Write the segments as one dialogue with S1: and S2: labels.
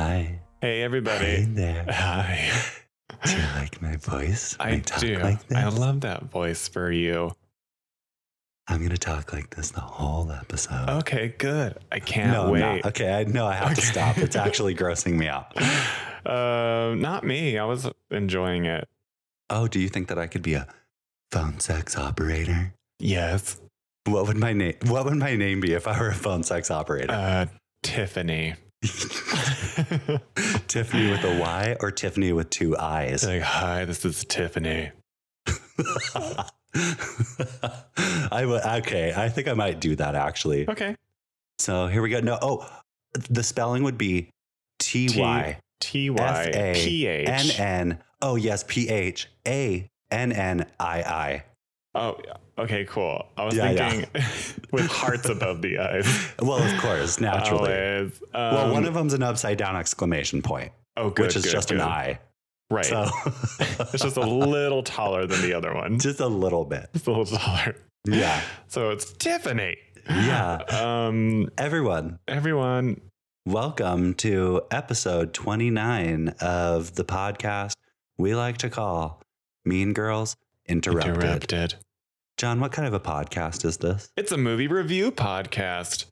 S1: Hey,
S2: Hey
S1: everybody.
S2: there.
S1: Hi.
S2: Do you like my voice?
S1: I
S2: talk
S1: do.
S2: Like this?
S1: I love that voice for you.
S2: I'm gonna talk like this the whole episode.
S1: Okay, good. I Oh, can't
S2: no, I'm
S1: wait.
S2: not. Okay, I know I have to
S1: Okay.
S2: stop. It's actually grossing me out.
S1: Uh, not me. I was enjoying it.
S2: Oh, do you think that I could be a phone sex operator?
S1: Yes.
S2: What would my name? What would my name be if I were a phone sex operator?
S1: Uh, Tiffany. Uh. it's
S2: Tiffany with a Y or Tiffany with two I's?
S1: like, hi, this is Tiffany.
S2: I will. Okay, I think I might do that actually.
S1: Okay.
S2: So here we go. No, oh, the spelling would be T Y
S1: T
S2: F
S1: Y
S2: A
S1: P
S2: N
S1: H.
S2: N. Oh yes, P H A N N I I.
S1: Oh, okay, cool. I was
S2: Yeah, yeah.
S1: thinking with hearts above the eyes.
S2: Well, of course, naturally.
S1: Always. Um,
S2: well, one of them's an upside down exclamation point,
S1: oh, good,
S2: which is
S1: good,
S2: just
S1: good.
S2: an I.
S1: Right.
S2: So
S1: it's just a little taller than the other one.
S2: just a little bit.
S1: Just a little taller.
S2: Yeah,
S1: So it's Tiffany.
S2: yeah.
S1: Um,
S2: Everyone,
S1: everyone,
S2: welcome to episode twenty nine of the podcast we like to call "Mean Girls Interrupted."
S1: interrupted.
S2: John, what kind of a podcast is this?
S1: It's a movie review podcast.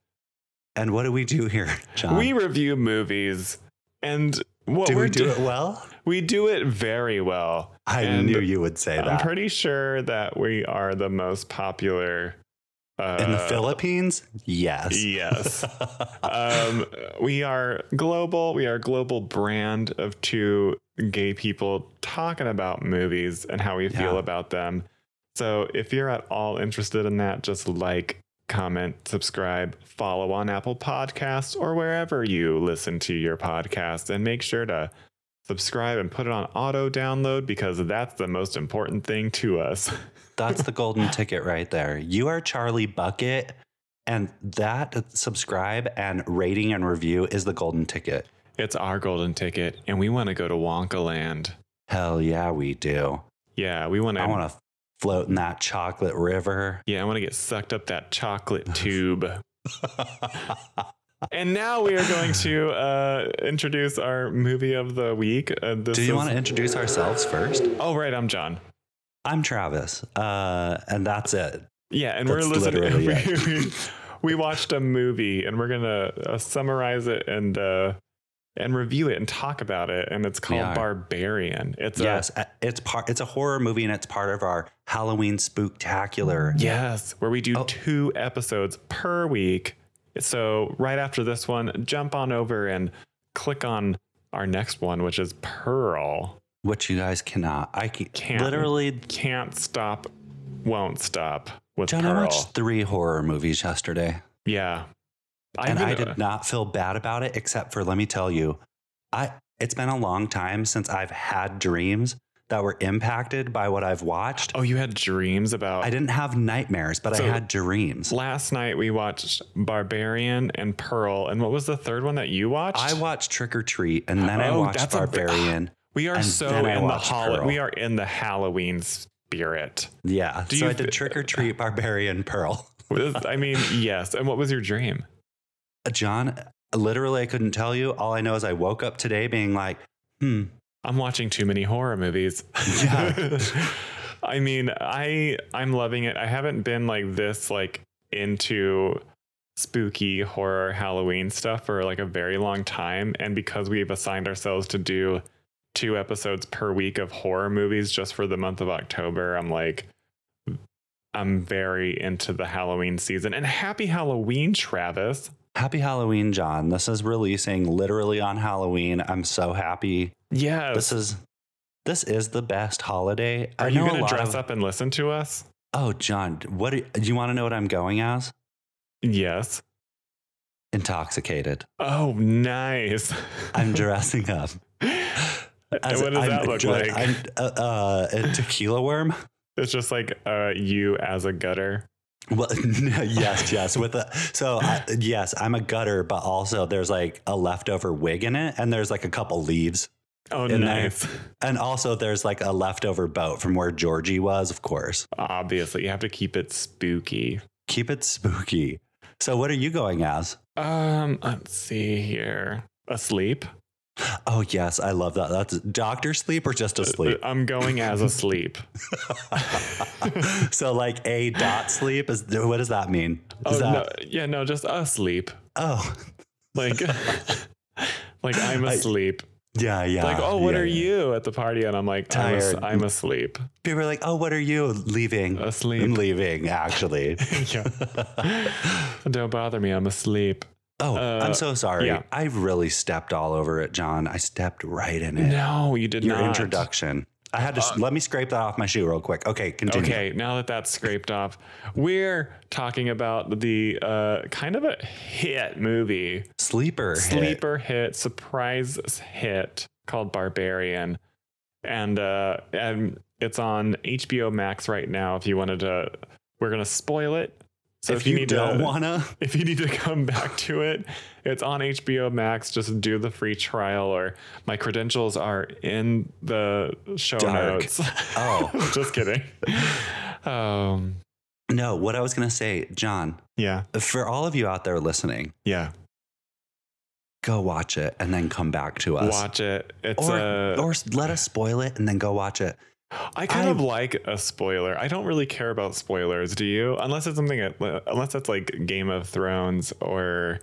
S2: And what do we do here, John?
S1: we review movies, and what
S2: do
S1: we're
S2: we do
S1: do-
S2: it well?
S1: we do it very well.
S2: I
S1: And
S2: knew you would say
S1: I'm
S2: that.
S1: pretty sure that we are the most popular. Uh,
S2: In the Philippines? Yes.
S1: Yes. um, we are global. We are a global brand of two gay people talking about movies and how we feel
S2: Yeah.
S1: about them. So if you're at all interested in that, just like, comment, subscribe, follow on Apple Podcasts or wherever you listen to your podcast, and make sure to subscribe and put it on auto download because that's the most important thing to us.
S2: That's the golden ticket right there. You are Charlie Bucket, and that subscribe and rating and review is the golden ticket.
S1: It's our golden ticket, and we want to go to Wonka Land.
S2: Hell yeah, we do.
S1: Yeah, we want to
S2: I want to float in that chocolate river.
S1: Yeah, I want to get sucked up that chocolate tube. and now we are going to uh, introduce our movie of the week. Uh, this
S2: do you
S1: is-
S2: want to introduce ourselves first?
S1: Oh, right, I'm John.
S2: I'm Travis, uh, and that's it.
S1: Yeah, and
S2: That's
S1: we're listening.
S2: literally
S1: We,
S2: it.
S1: we, we watched a movie, and we're gonna uh, summarize it and uh, and review it and talk about it. And it's
S2: We
S1: called
S2: are.
S1: Barbarian. It's a-
S2: yes, uh, it's part. It's a horror movie, and it's part of our Halloween spooktacular.
S1: Yes, where we do
S2: Oh.
S1: two episodes per week. So right after this one, jump on over and click on our next one, which is Pearl.
S2: Which you guys cannot. I can,
S1: Can't.
S2: literally.
S1: Can't stop, won't stop with
S2: John, I
S1: Pearl.
S2: watched three horror movies yesterday,
S1: yeah,
S2: and
S1: even-
S2: I did not feel bad about it. Except for, let me tell you, I. It's been a long time since I've had dreams that were impacted by what I've watched.
S1: Oh, you had dreams about.
S2: I didn't have nightmares, but
S1: Oh. So-
S2: I had dreams.
S1: Last night we watched Barbarian and Pearl, and what was the third one that you watched?
S2: I watched Trick or Treat, and then I
S1: Oh,
S2: watched
S1: that's a-
S2: Barbarian.
S1: we are
S2: and
S1: so
S2: then I
S1: in the
S2: watched
S1: hol-
S2: Pearl.
S1: We are in the Halloween spirit.
S2: yeah,
S1: Do
S2: so
S1: you
S2: I did
S1: th-
S2: Trick or Treat, Barbarian, Pearl.
S1: I mean, yes. And what was your dream?
S2: John, literally, I couldn't tell you. All I know is I woke up today being like, hmm,
S1: I'm watching too many horror movies.
S2: Yeah.
S1: I mean, I I'm loving it. I haven't been like this like into spooky horror Halloween stuff for like a very long time and because we've assigned ourselves to do two episodes per week of horror movies just for the month of October, I'm like I'm very into the Halloween season. And happy Halloween, Travis.
S2: happy Halloween, John. This is releasing literally on Halloween. I'm so happy.
S1: Yes.
S2: This is. This is the best holiday.
S1: Are
S2: I
S1: you
S2: know a
S1: going to
S2: lot
S1: dress
S2: of-
S1: up and listen to us?
S2: Oh, John, what do do you want to know? What I'm going as?
S1: Yes.
S2: Intoxicated.
S1: Oh, nice.
S2: I'm dressing up. as-
S1: what does
S2: I'm
S1: that look
S2: dre-
S1: like?
S2: I'm, uh, uh, a tequila worm.
S1: it's just like uh, you as a gutter.
S2: Well, yes, yes. With a so I, yes, I'm a gutter, but also there's like a leftover wig in it, and there's like a couple leaves,
S1: Oh,
S2: In there.
S1: nice.
S2: and also there's like a leftover boat from where Georgie was, of course.
S1: Obviously, you have to keep it spooky.
S2: Keep it spooky. So, what are you going as?
S1: Um, let's see here. Asleep.
S2: Oh yes, I love that. That's doctor sleep or just a sleep.
S1: Uh, I'm going as a sleep.
S2: so like a dot sleep is what does that mean? Is
S1: oh
S2: that
S1: no, yeah, no, just asleep.
S2: oh
S1: Like, like I'm
S2: I-
S1: asleep.
S2: yeah yeah
S1: like, oh, what
S2: yeah,
S1: are
S2: yeah.
S1: you at the party? And I'm like, I'm, as-
S2: Tired.
S1: I'm asleep.
S2: People are like oh what are you leaving?
S1: Uh,
S2: I'm
S1: Asleep.
S2: leaving actually.
S1: yeah. Don't bother me. I'm asleep.
S2: Oh,
S1: Uh,
S2: I'm so sorry.
S1: yeah.
S2: I really stepped all over it, John. I stepped right in it.
S1: No, you did
S2: Your
S1: not. Uh,
S2: introduction. I had to s let me scrape that off my shoe real quick. Okay, continue.
S1: Okay, now that that's scraped off, we're talking about the uh, kind of a hit movie,
S2: Sleeper. hit.
S1: sleeper hit, surprise hit called Barbarian, and uh, and it's on HBO Max right now. If you wanted to, we're gonna spoil it. So if,
S2: if you,
S1: need
S2: don't
S1: to,
S2: wanna,
S1: if you need to come back to it, it's on HBO Max. Just do the free trial, or my credentials are in the show
S2: Dark.
S1: notes.
S2: Oh.
S1: just kidding. Um,
S2: no. What I was gonna say, John,
S1: yeah,
S2: for all of you out there listening,
S1: yeah.
S2: go watch it and then come back to us,
S1: Watch it. It's
S2: or
S1: uh,
S2: or s- let us spoil it and then go watch it.
S1: I kind
S2: I-
S1: of like a spoiler. I don't really care about spoilers. Do you? Unless it's something. that- Unless it's like Game of Thrones or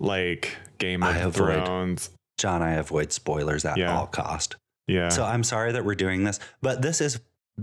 S1: like Game of
S2: I avoid-
S1: Thrones.
S2: John, I avoid spoilers at
S1: Yeah.
S2: all cost.
S1: Yeah.
S2: So I'm sorry that we're doing this, but this is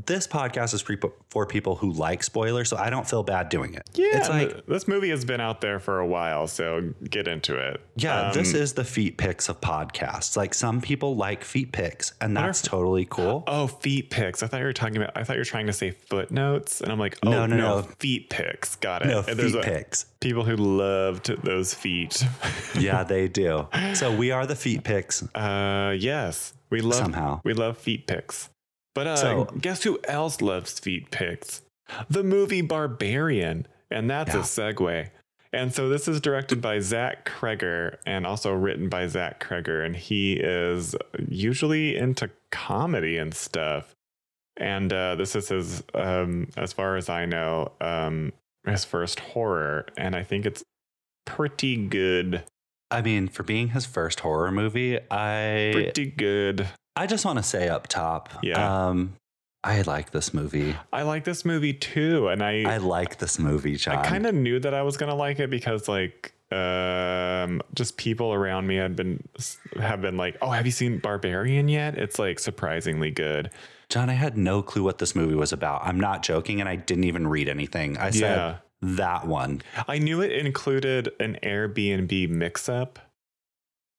S2: this podcast is pre- for people who like spoilers, so I don't feel bad doing it.
S1: Yeah,
S2: it's like-
S1: th- this movie has been out there for a while, so get into it.
S2: Yeah,
S1: Um,
S2: this is the feet pics of podcasts. Like some people like feet pics, and
S1: Wonder
S2: that's
S1: if-
S2: totally cool.
S1: Oh, feet pics. I thought you were talking about. I thought you were trying to say footnotes, and I'm like, oh
S2: No,
S1: no,
S2: no,
S1: no,
S2: no.
S1: feet pics. Got it.
S2: no,
S1: And
S2: feet
S1: a-
S2: pics.
S1: people who loved those feet.
S2: yeah, they do. So we are the feet pics
S1: uh, yes, we love
S2: somehow.
S1: we love feet pics. But uh,
S2: So-
S1: guess who else loves feet pics? The movie Barbarian, and that's
S2: Yeah.
S1: a segue. And so this is directed by Zach Kreger and also written by Zach Kreger, and he is usually into comedy and stuff. And uh, this is his, um, as far as I know, um, his first horror, and I think it's pretty good.
S2: I mean, for being his first horror movie, I
S1: Pretty good.
S2: I just want to say up top,
S1: Yeah.
S2: um, I like this movie.
S1: I like this movie too, and I
S2: I like this movie, John.
S1: I kind of knew that I was gonna like it because like um just people around me had been have been like oh have you seen barbarian yet it's like surprisingly good
S2: John, I had no clue what this movie was about. I'm not joking, and I didn't even read anything. I said
S1: yeah
S2: that one.
S1: i knew it included an airbnb mix-up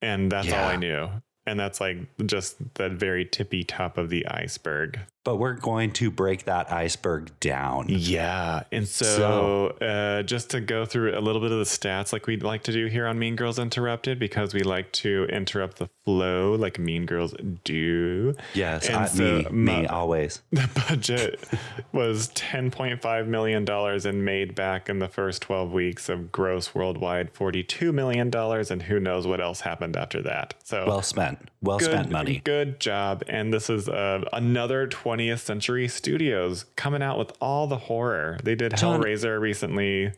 S1: and that's all i
S2: Yeah.
S1: knew and that's like just the very tippy top of the iceberg
S2: But we're going to break that iceberg down.
S1: Yeah. And so, uh, just to go through a little bit of the stats, like we'd like to do here on Mean Girls Interrupted, because we like to interrupt the flow like Mean Girls do.
S2: Yes,
S1: And
S2: I,
S1: so
S2: me,
S1: my-
S2: me always.
S1: The budget was $10.5 million and made back in the first 12 weeks of gross worldwide $42 million. And who knows what else happened after that. So,
S2: Well spent. Well spent money.
S1: Oh. Good job. And this is uh, another 20th Century Studios coming out with all the horror. They did
S2: John-
S1: Hellraiser recently.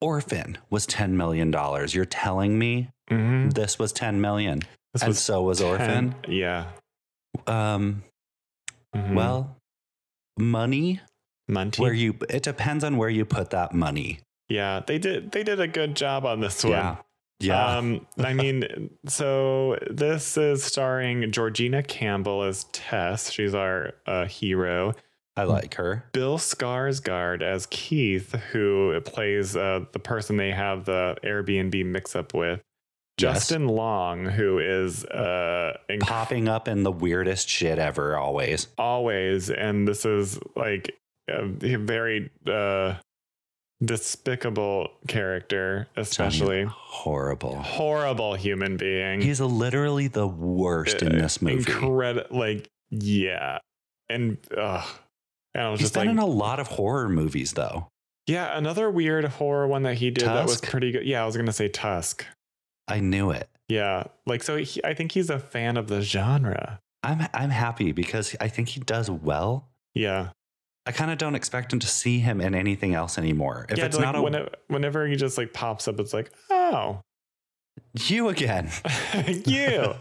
S2: Orphan was ten million dollars. You're telling me
S1: Mm-hmm.
S2: this was ten million,
S1: This
S2: and so was
S1: 10
S2: Orphan.
S1: Yeah.
S2: Um,
S1: Mhm.
S2: well, money.
S1: Monty.
S2: Mm-hmm. Where you? It depends on where you put that money.
S1: yeah, they did. They did a good job on this one.
S2: Yeah. Yeah.
S1: Um, I mean, so this is starring Georgina Campbell as Tess. She's our uh, hero.
S2: I like her.
S1: Bill Skarsgård as Keith, who plays uh, the person they have the Airbnb mix-up with.
S2: Yes.
S1: Justin Long, who is uh, in-
S2: Popping up in the weirdest shit ever. Always.
S1: always, and this is like a very uh, despicable character, especially
S2: Horrible.
S1: horrible human being.
S2: He's literally the worst
S1: Uh,
S2: in this movie.
S1: Incredi- like yeah, and uh, and I was
S2: He's
S1: just
S2: been
S1: like,
S2: in a lot of horror movies though.
S1: Yeah, another weird horror one that he did that was
S2: Tusk?
S1: pretty good. Yeah, I was gonna say Tusk.
S2: I knew it.
S1: Yeah, like so, he, I think he's a fan of the genre.
S2: I'm I'm happy because I think he does well.
S1: Yeah,
S2: I kind of don't expect him to see him in anything else anymore. If
S1: yeah.
S2: it's
S1: like,
S2: not a
S1: whene- whenever he just like pops up, it's like, oh,
S2: You again.
S1: you.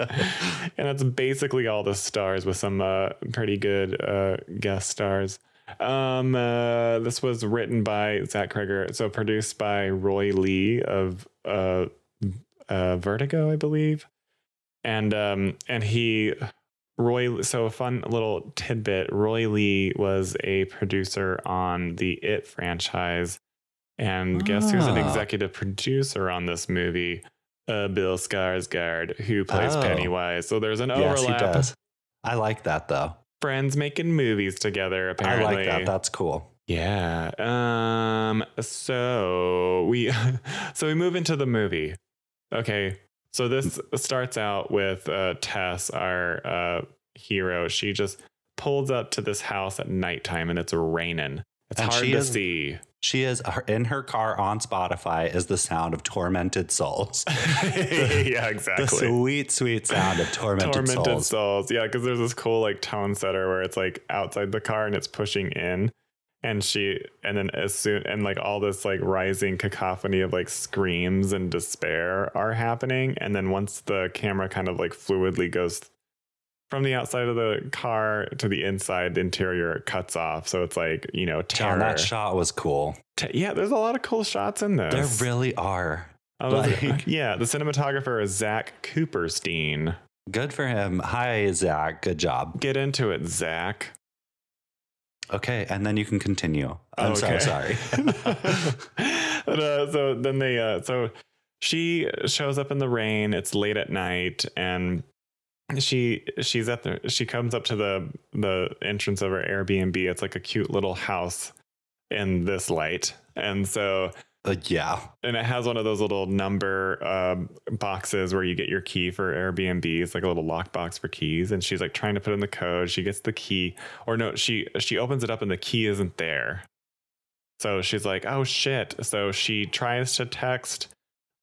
S1: and that's basically all the stars with some uh, pretty good uh, guest stars. Um, uh, this was written by Zach Kreger, so produced by Roy Lee of uh, uh, Vertigo, I believe, and um, and he Roy. So a fun little tidbit: Roy Lee was a producer on the It franchise, and guess who's an
S2: Ah.
S1: executive producer on this movie? Uh, Bill Skarsgård, who plays
S2: Oh.
S1: Pennywise. So there's an
S2: yes, he
S1: overlap.
S2: does. I like that though.
S1: Friends making movies together. Apparently,
S2: I like that. That's cool.
S1: yeah. Um so we so we move into the movie. Okay. So this starts out with uh Tess, our uh hero. She just pulls up to this house at nighttime and it's raining. It's
S2: And
S1: hard
S2: she
S1: to
S2: is-
S1: see.
S2: She is her- in her car on Spotify is the sound of tormented souls.
S1: yeah,
S2: the
S1: exactly.
S2: sweet, sweet sound of tormented,
S1: tormented
S2: souls.
S1: souls. Yeah, because there's this cool like tone setter where it's like outside the car and it's pushing in, and she and then as soon and like all this like rising cacophony of like screams and despair are happening, and then once the camera kind of like fluidly goes from the outside of the car to the inside the interior, it cuts off. So it's like you know terror.
S2: John, that shot was cool.
S1: Te- yeah, there's a lot of cool shots in this.
S2: There really are.
S1: I was like-
S2: like-
S1: yeah, the cinematographer is Zach Cooperstein.
S2: Good for him. Hi, Zach. Good job.
S1: Get into it, Zach.
S2: Okay, and then you can continue. I'm
S1: Okay.
S2: so sorry.
S1: But, uh, so then they, uh, so she shows up in the rain. It's late at night, and she she's at the she comes up to the the entrance of her Airbnb. It's like a cute little house in this light, and so
S2: Uh, yeah.
S1: and it has one of those little number um, boxes where you get your key for Airbnb. It's like a little lock box for keys. And she's like trying to put in the code. She gets the key, or no, she she opens it up and the key isn't there. So she's like, oh shit. So she tries to text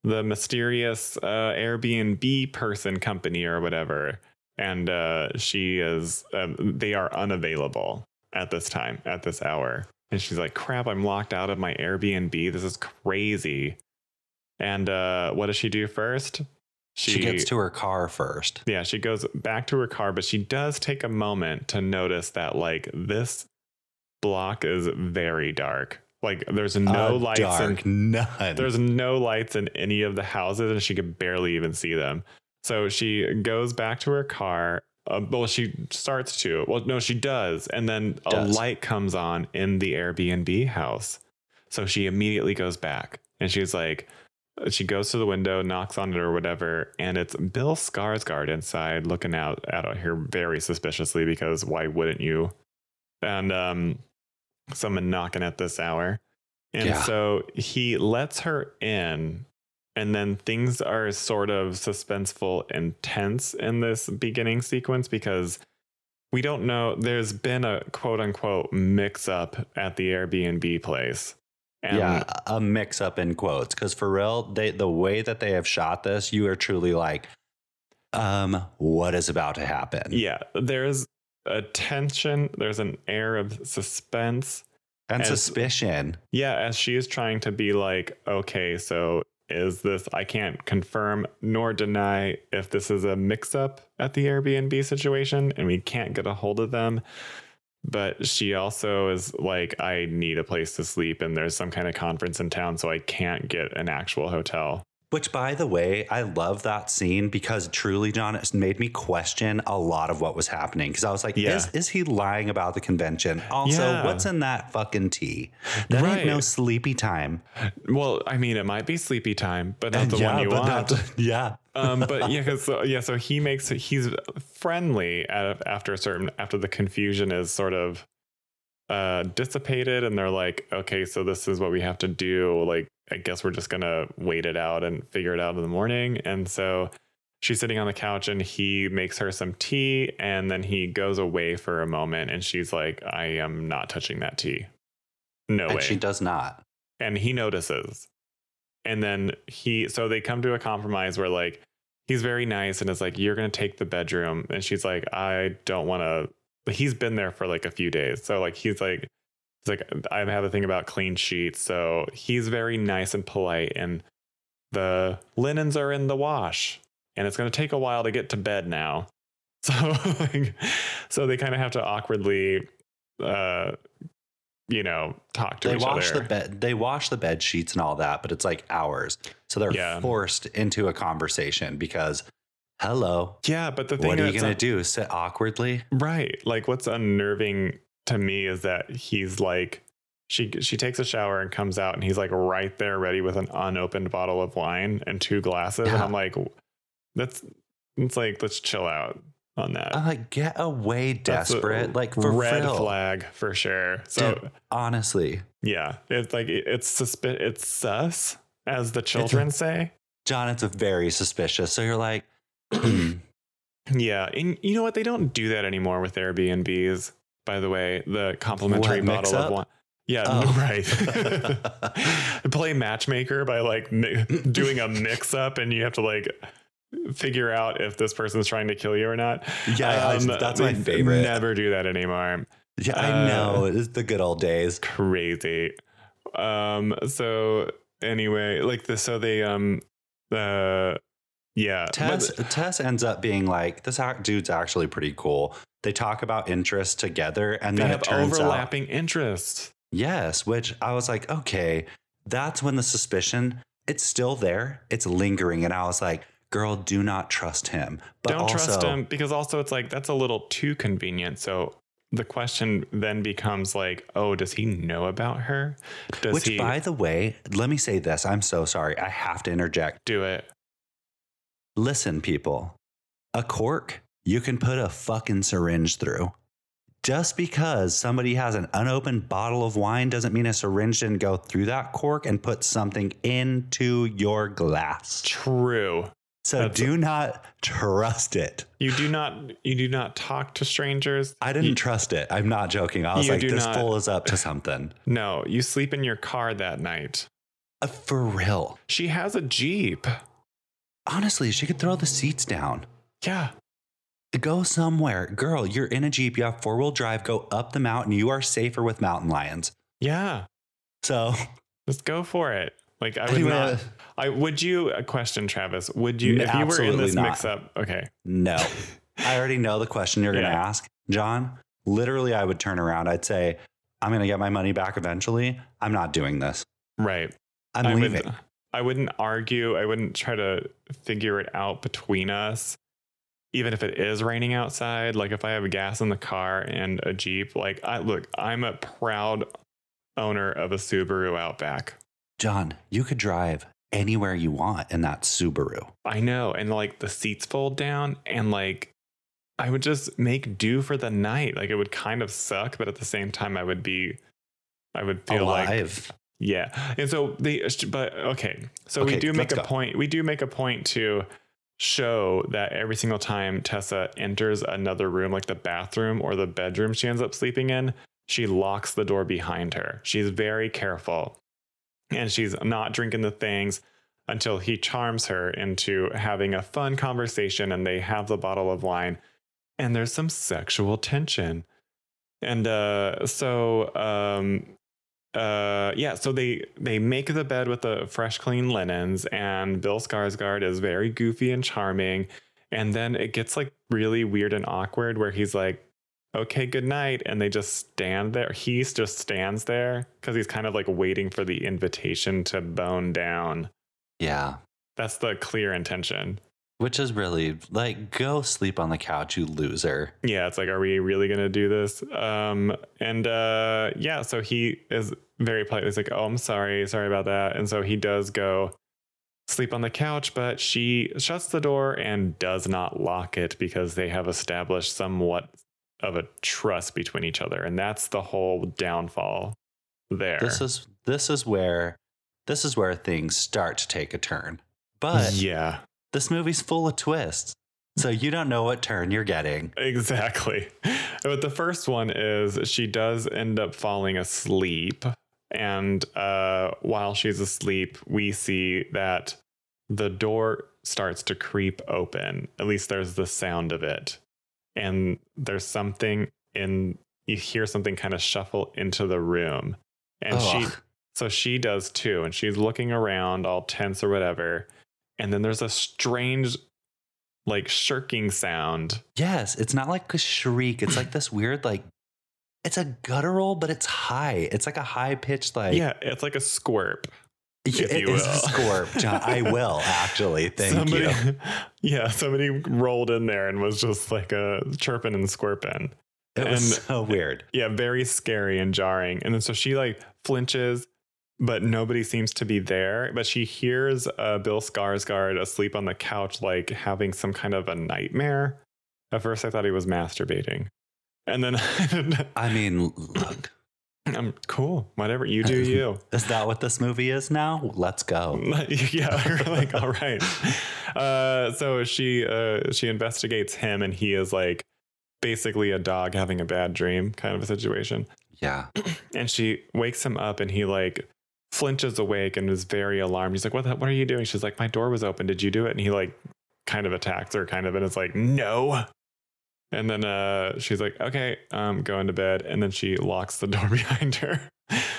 S1: the mysterious uh, Airbnb person company or whatever, and uh, she is um, they are unavailable at this time at this hour. And she's like, crap, I'm locked out of my Airbnb. This is crazy. And uh, what does she do first?
S2: She, gets to her car first.
S1: Yeah, she goes back to her car, but she does take a moment to notice that, like, this block is very dark. Like, there's no
S2: Uh,
S1: lights in
S2: dark, none.
S1: there's no lights in any of the houses, and she could barely even see them. So she goes back to her car. Uh, well, she starts to. Well, no, she does. And then
S2: Does.
S1: a light comes on in the Airbnb house. So she immediately goes back and she's like, she goes to the window, knocks on it or whatever, and it's Bill Skarsgård inside looking out out of here very suspiciously because why wouldn't you? And um, someone knocking at this hour, and
S2: Yeah.
S1: so he lets her in, and then things are sort of suspenseful and tense in this beginning sequence because we don't know. There's been a quote unquote mix up at the Airbnb place. And
S2: yeah, a a mix up in quotes. Because for real, they the way that they have shot this, you are truly like, um, what is about to happen?
S1: yeah there's a tension there's an air of suspense
S2: and
S1: as-
S2: suspicion.
S1: yeah as she is trying to be like okay so is this i can't confirm nor deny if this is a mix-up at the airbnb situation and we can't get a hold of them but she also is like i need a place to sleep and there's some kind of conference in town so i can't get an actual hotel
S2: Which, by the way, I love that scene because truly, John, it's made me question a lot of what was happening. Because I was like,
S1: Yeah.
S2: is, is he lying about the convention? Also,
S1: Yeah.
S2: what's in that fucking tea? That
S1: Right.
S2: ain't no sleepy time.
S1: well i mean it might be sleepy time but not the
S2: yeah,
S1: one you
S2: but
S1: want
S2: not the- yeah.
S1: um, but yeah, 'cause so, yeah, so he makes he's friendly at, after a certain after the confusion is sort of uh, dissipated, and they're like, okay, so this is what we have to do. Like, I guess we're just gonna wait it out and figure it out in the morning. And so she's sitting on the couch, and he makes her some tea, and then he goes away for a moment, and she's like, I am not touching that tea. No
S2: and
S1: way
S2: she does not.
S1: and he notices. And then he, so they come to a compromise where like he's very nice and is like, "You're gonna take the bedroom," and she's like, "I don't want to." He's been there for like a few days, so like he's like, he's like, "I have a thing about clean sheets," so he's very nice and polite and the linens are in the wash and it's going to take a while to get to bed now. So, like, so they kind of have to awkwardly, uh, you know, talk to
S2: they
S1: each
S2: wash
S1: other.
S2: the bed they wash the bed sheets and all that but it's like hours so they're
S1: Yeah.
S2: forced into a conversation because hello
S1: yeah, but the thing uh,
S2: what are you
S1: that's
S2: going to do sit awkwardly
S1: Right. Like what's unnerving to me is that he's like she she takes a shower and comes out and he's like right there ready with an unopened bottle of wine and two glasses and
S2: Yeah.
S1: I'm like that's it's like let's chill out on that.
S2: i'm like get away
S1: That's a
S2: Uh, desperate like for
S1: red
S2: real
S1: flag for sure. So
S2: Dude, honestly
S1: yeah, it's like it- it's suspi- it's sus as the children say.
S2: john it's very suspicious so you're like
S1: Uh,
S2: hmm,
S1: Yeah, and you know what? They don't do that anymore with Airbnbs. By the way, the complimentary
S2: What, mix
S1: bottle of
S2: up?
S1: wine. Yeah,
S2: Oh.
S1: right. Play matchmaker by like mi- doing a mix up, and you have to like figure out if this person's trying to kill you or not.
S2: yeah I-
S1: Um,
S2: that's my
S1: we
S2: favorite
S1: Never do that anymore.
S2: yeah i
S1: uh,
S2: know it's the good old days
S1: Crazy. Um. So anyway, like the so they um uh yeah but-
S2: Tess Tess ends up being like, this ac- dude's actually pretty cool. They talk about interests together, and
S1: they
S2: then
S1: have
S2: it turns out
S1: overlapping interests.
S2: yes, which I was like, okay, that's when the suspicion it's still there, it's lingering, and I was like, girl, do not trust him. But
S1: don't
S2: also,
S1: trust him because also it's like that's a little too convenient. So the question then becomes like, oh, does he know about her? Does
S2: Which,
S1: he
S2: by the way, let me say this. I'm so sorry. I have to interject.
S1: do it?
S2: Listen, people, a cork you can put a fucking syringe through. Just because somebody has an unopened bottle of wine doesn't mean a syringe didn't go through that cork and put something into your glass.
S1: True.
S2: So
S1: That's-
S2: do not trust it.
S1: You do not you do not talk to strangers.
S2: I didn't
S1: You-
S2: trust it. I'm not joking. I was
S1: You
S2: like,
S1: do
S2: this
S1: not-
S2: fool is up to something.
S1: no, you sleep in your car that night.
S2: Uh, for real.
S1: She has a Jeep.
S2: Honestly, she could throw the seats down.
S1: Yeah.
S2: Go somewhere. Girl, you're in a Jeep. You have four wheel drive. Go up the mountain. You are safer with mountain lions.
S1: Yeah.
S2: So
S1: Just go for it. Like I would
S2: Anyway,
S1: not I would you a question, Travis, would you
S2: No,
S1: if you were in
S2: absolutely
S1: this
S2: not.
S1: mix up okay.
S2: No. I already know the question you're going to
S1: Yeah.
S2: ask. John, literally, I would turn around. I'd say, I'm going to get my money back eventually. I'm not doing this.
S1: Right.
S2: I'm
S1: I
S2: leaving.
S1: Would, I wouldn't argue. I wouldn't try to figure it out between us. Even if it is raining outside, like if I have gas in the car and a Jeep, like I look, I'm a proud owner of a Subaru Outback.
S2: John, you could drive anywhere you want in that Subaru.
S1: I know. And like the seats fold down and like I would just make do for the night. Like it would kind of suck, but at the same time, I would be, I would feel like
S2: Alive.
S1: Yeah. And so they, but okay. So we
S2: Okay,
S1: do make
S2: let's
S1: a
S2: go.
S1: point, we do make a point to show that every single time Tessa enters another room, like the bathroom or the bedroom she ends up sleeping in, she locks the door behind her. She's very careful and she's not drinking the things until he charms her into having a fun conversation and they have the bottle of wine and there's some sexual tension. And uh, so um, uh yeah so they they make the bed with the fresh clean linens and bill skarsgård is very goofy and charming and then it gets like really weird and awkward where he's like okay good night and they just stand there he just stands there because he's kind of like waiting for the invitation to bone down
S2: Yeah.
S1: that's the clear intention
S2: Which is really like, go sleep on the couch, you loser.
S1: yeah it's like are we really gonna do this um and uh yeah so he is very polite he's like oh i'm sorry sorry about that and so he does go sleep on the couch but she shuts the door and does not lock it because they have established somewhat of a trust between each other and that's the whole downfall there
S2: This is this is where this is where things start to take a turn. But
S1: yeah
S2: this movie's full of twists. So you don't know what turn you're getting.
S1: Exactly. But the first one is she does end up falling asleep. And uh, while she's asleep, we see that the door starts to creep open. At least there's the sound of it. And there's something in, you hear something kind of shuffle into the room. And
S2: Ugh.
S1: she So she does too, and she's looking around all tense or whatever. And then there's a strange, like shirking sound.
S2: Yes, it's not like a shriek. It's like this weird, like it's a guttural, but it's high. It's like a high pitched, like
S1: yeah, it's like a squirp.
S2: Yeah,
S1: if
S2: it
S1: you
S2: is
S1: will.
S2: a scorp, John. I will actually. Thank
S1: somebody,
S2: you.
S1: Yeah, somebody rolled in there and was just like a chirping and squirping.
S2: It was
S1: and-
S2: so weird.
S1: Yeah, very scary and jarring. And then so she like flinches, but nobody seems to be there. But she hears uh, Bill Skarsgård asleep on the couch, like having some kind of a nightmare. At first, I thought he was masturbating, and then
S2: I mean, look,
S1: I'm cool. Whatever you do, you.
S2: is that what this movie is now? Let's go.
S1: Mm. yeah, we're like, all right. Uh, so she uh, she investigates him, and he is like basically a dog having a bad dream kind of a situation.
S2: Yeah.
S1: And she wakes him up, and he like flinches awake and is very alarmed. He's like, "What? The, what are you doing?" She's like, "My door was open. Did you do it?" And he like kind of attacks her, kind of, and it's like, "No." And then uh, she's like, "Okay, um, go into bed," and then she locks the door behind her.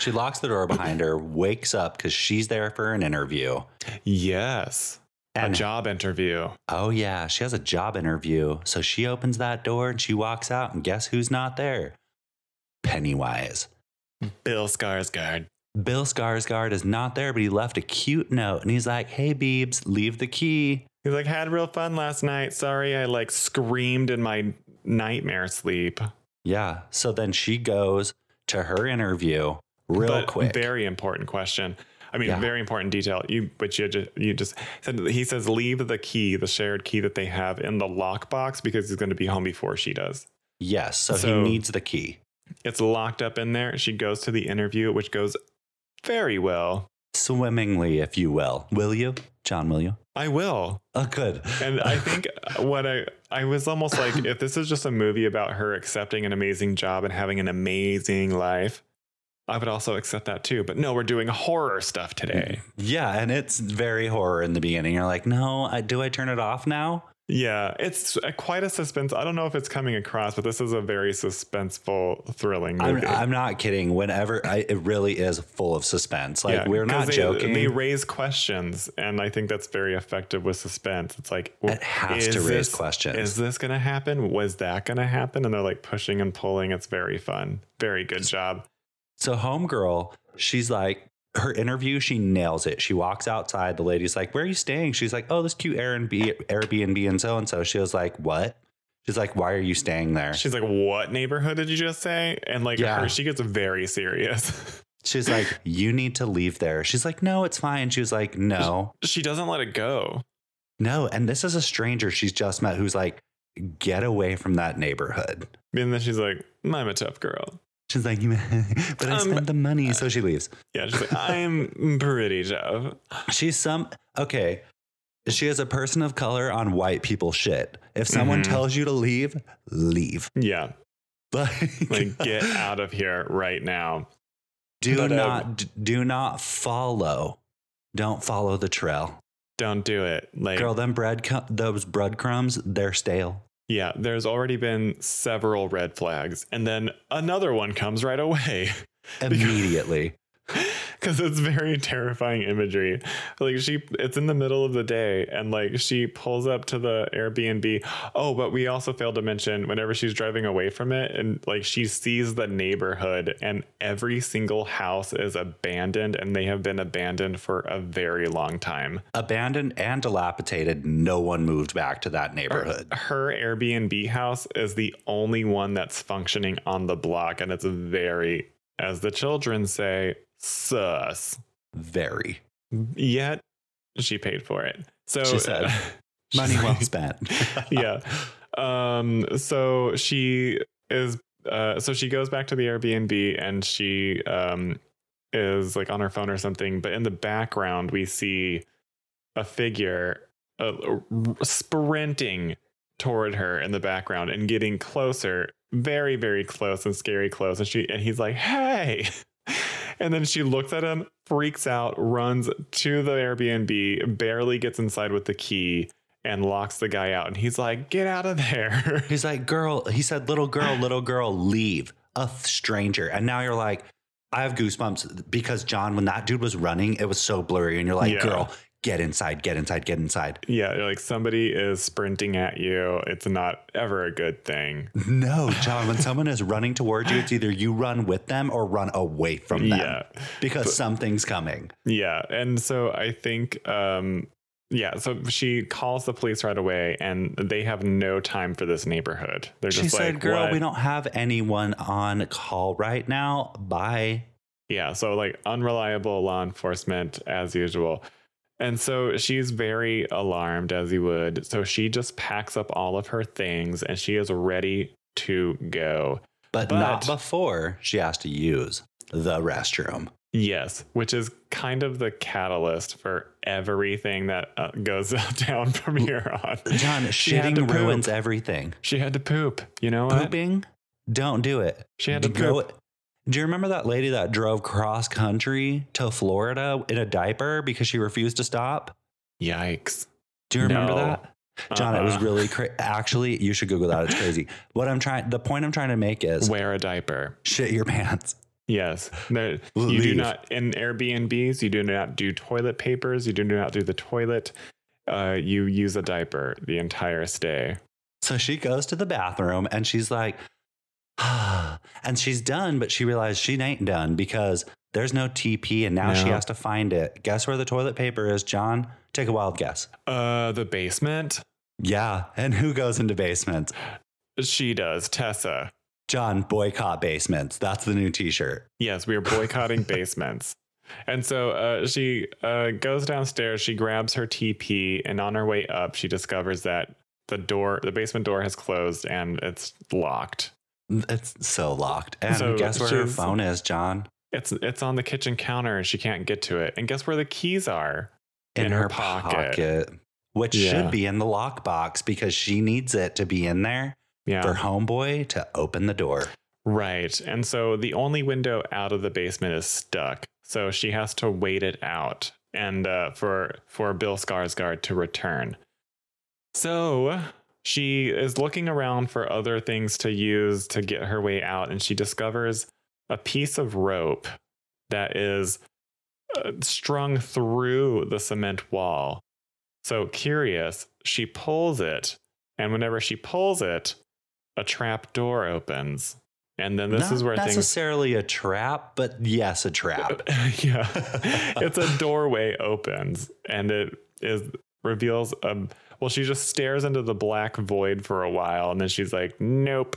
S2: She locks the door behind her, wakes up because she's there for an interview.
S1: yes, a
S2: And
S1: job interview.
S2: oh, yeah, she has a job interview. So she opens that door and she walks out, and guess who's not there? Pennywise.
S1: Bill Skarsgård.
S2: Bill Skarsgård is not there, but he left a cute note and he's like, hey, Beebs, leave the key.
S1: He's like, had real fun last night. Sorry, I like screamed in my nightmare sleep.
S2: Yeah. So then she goes to her interview real
S1: But
S2: quick.
S1: Very important question. I mean,
S2: Yeah.
S1: very important detail. You, but you just, you just said he says leave the key, the shared key that they have in the lockbox because he's going to be home before she does.
S2: yes. So,
S1: So-
S2: he needs the key.
S1: It's locked up in there. She goes to the interview, which goes very well.
S2: Swimmingly, if you will. Will you? John, will you?
S1: I will.
S2: Oh, good.
S1: And I think what I I was almost like if this is just a movie about her accepting an amazing job and having an amazing life, I would also accept that too. But no, we're doing horror stuff today.
S2: Mm-hmm. Yeah, and it's very horror in the beginning. You're like, no, I, do I turn it off now?
S1: Yeah, it's a, quite a suspense. I don't know if it's coming across, but this is a very suspenseful, thrilling
S2: I'm,
S1: movie.
S2: I'm not kidding. Whenever I, it really is full of suspense. Like
S1: Yeah,
S2: we're
S1: 'cause
S2: not
S1: they,
S2: joking.
S1: They raise questions, and I think that's very effective with suspense. It's like well,
S2: it has to
S1: is
S2: raise
S1: this-
S2: questions.
S1: Is this going to happen? Was that going to happen? And they're like pushing and pulling. It's very fun. Very good job.
S2: So homegirl, she's like her interview, she nails it. She walks outside. The lady's like, "Where are you staying?" She's like, "Oh, this cute Airbnb, Airbnb, and so and so." She was like, "What?" She's like, "Why are you staying there?"
S1: She's like, "What neighborhood did you just say?" And like,
S2: Yeah.
S1: her, she gets very serious.
S2: She's like, "You need to leave there." She's like, "No, it's fine." She was like, "No,
S1: she doesn't let it go.
S2: no." And this is a stranger she's just met who's like, "Get away from that neighborhood."
S1: And then she's like, "I'm a tough girl."
S2: She's like, "But I
S1: Um,
S2: spent the money," so she leaves.
S1: Yeah, she's like, "I'm pretty tough."
S2: She's some okay. She is a person of color on white people shit. If someone
S1: Mhm.
S2: tells you to leave, leave.
S1: Yeah,
S2: Like,
S1: like get out of here right now.
S2: Do
S1: But, uh,
S2: not d- do not follow. Don't follow the trail,
S1: Don't do it. Like,
S2: girl. Them bread cu- those breadcrumbs, they're stale.
S1: yeah, there's already been several red flags, and then another one comes right away.
S2: Immediately,
S1: because it's very terrifying imagery like she it's in the middle of the day and like she pulls up to the airbnb oh but we also failed to mention whenever she's driving away from it and like she sees the neighborhood and every single house is abandoned and they have been abandoned for a very long time
S2: abandoned and dilapidated. No one moved back to
S1: Uh,
S2: that neighborhood.
S1: her airbnb house is the only one that's functioning on the block and it's very as the children say sus
S2: Very
S1: yet she paid for it. So
S2: She said, money well spent.
S1: yeah. Um, so she is. Uh, so she goes back to the Airbnb and she um, is like on her phone or something. But in the background, we see a figure uh, sprinting toward her in the background and getting closer, very very close and scary close. And she and he's like, "Hey." And then she looks at him, freaks out, runs to the Airbnb, barely gets inside with the key, and locks the guy out. And he's like, get out of there.
S2: He's like, girl, he said, little girl, little girl, leave a f- stranger. And now you're like, I have goosebumps because John, when that dude was running, it was so blurry, and you're like,
S1: Yeah.
S2: "Girl, get inside, get inside, get inside."
S1: Yeah, you're like somebody is sprinting at you. It's not ever a good thing.
S2: No, John, when someone is running towards you, it's either you run with them or run away from them
S1: Yeah.
S2: because something's coming.
S1: Yeah. And so I think um yeah, so she calls the police right away and they have no time for this neighborhood. They're
S2: She
S1: just
S2: said,
S1: like
S2: "Girl,
S1: what?
S2: we don't have anyone on call right now. Bye."
S1: Yeah, so like unreliable law enforcement as usual. And so she's very alarmed as you would. So she just packs up all of her things and she is ready to go.
S2: But,
S1: But-
S2: not before she has to use the restroom.
S1: Yes, which is kind of the catalyst for everything that uh, goes down from here on.
S2: John,
S1: She had to
S2: shitting
S1: poop.
S2: ruins everything.
S1: She had to poop. You know what?
S2: Pooping, don't do it.
S1: She had to
S2: Go-
S1: poop.
S2: Do you remember that lady that drove cross country to Florida in a diaper because she refused to stop?
S1: Yikes.
S2: Do you remember
S1: No.
S2: that? John, it was
S1: Uh-uh.
S2: really crazy. Actually, you should Google that. It's crazy. What I'm trying, the point I'm trying to make is
S1: Wear a diaper.
S2: shit your pants.
S1: Yes. No, you do
S2: Leave.
S1: not in Airbnbs. You do not do toilet papers. You do not do the toilet. Uh, you use a diaper the entire stay.
S2: So she goes to the bathroom and she's like, ah, and she's done, but she realized she ain't done because there's no TP and now she
S1: No.
S2: has to find it. Guess where the toilet paper is, John? Take a wild guess.
S1: Uh, the basement.
S2: Yeah. And who goes into basements?
S1: She does. Tessa.
S2: John, boycott basements. That's the new t shirt.
S1: Yes, we are boycotting basements. And so uh, she uh, goes downstairs. She grabs her TP, and on her way up, she discovers that the door, the basement door, has closed and it's locked.
S2: It's so locked. And
S1: So
S2: guess where her
S1: she's-
S2: phone is, John?
S1: It's it's on the kitchen counter, and she can't get to it. And guess where the keys are? In her pocket.
S2: Which
S1: Yeah.
S2: should be in the lockbox because she needs it to be in there
S1: Yeah,
S2: for homeboy to open the door.
S1: Right. And so the only window out of the basement is stuck. So she has to wait it out and uh, for for Bill Skarsgård to return. So she is looking around for other things to use to get her way out and she discovers a piece of rope that is uh, strung through the cement wall. So curious, she pulls it and whenever she pulls it, a trap door opens. And then this
S2: Not
S1: is where things
S2: necessarily a trap, but yes, a trap.
S1: yeah. it's a doorway opens and it is reveals um well she just stares into the black void for a while and then she's like nope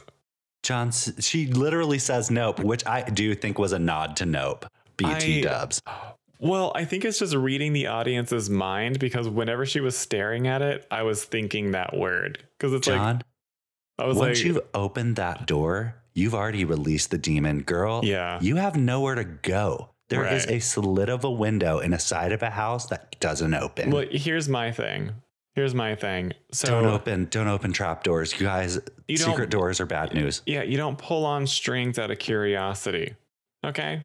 S2: John, s- she literally says nope, which I do think was a nod to nope. BT
S1: I-
S2: dubs.
S1: well i think it's just reading the audience's mind because whenever she was staring at it i was thinking that word because it's like
S2: John,
S1: i was
S2: once
S1: like
S2: you've opened that door, you've already released the demon. Girl,
S1: yeah
S2: you have nowhere to go. There is
S1: Right.
S2: a slit of a window in a side of a house that doesn't open.
S1: well here's my thing here's my thing so
S2: don't open, don't open trap doors. You guys,
S1: you don't
S2: secret doors are bad news.
S1: yeah you don't pull on strings out of curiosity okay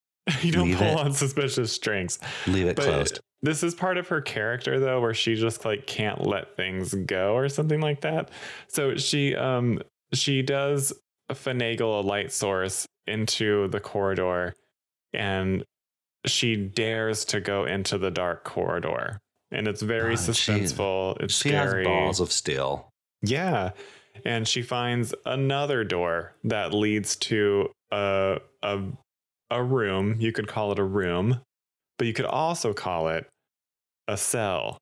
S1: you don't
S2: Leave
S1: pull
S2: it.
S1: on suspicious strings
S2: Leave it
S1: But-
S2: closed.
S1: this is part of her character though where she just like can't let things go or something like that so she um she does finagle a light source into the corridor and she dares to go into the dark corridor and it's very
S2: Oh, geez.
S1: suspenseful it's
S2: She
S1: scary
S2: has balls of steel.
S1: yeah. And she finds another door that leads to a, a, a room. You could call it a room, but you could also call it a cell.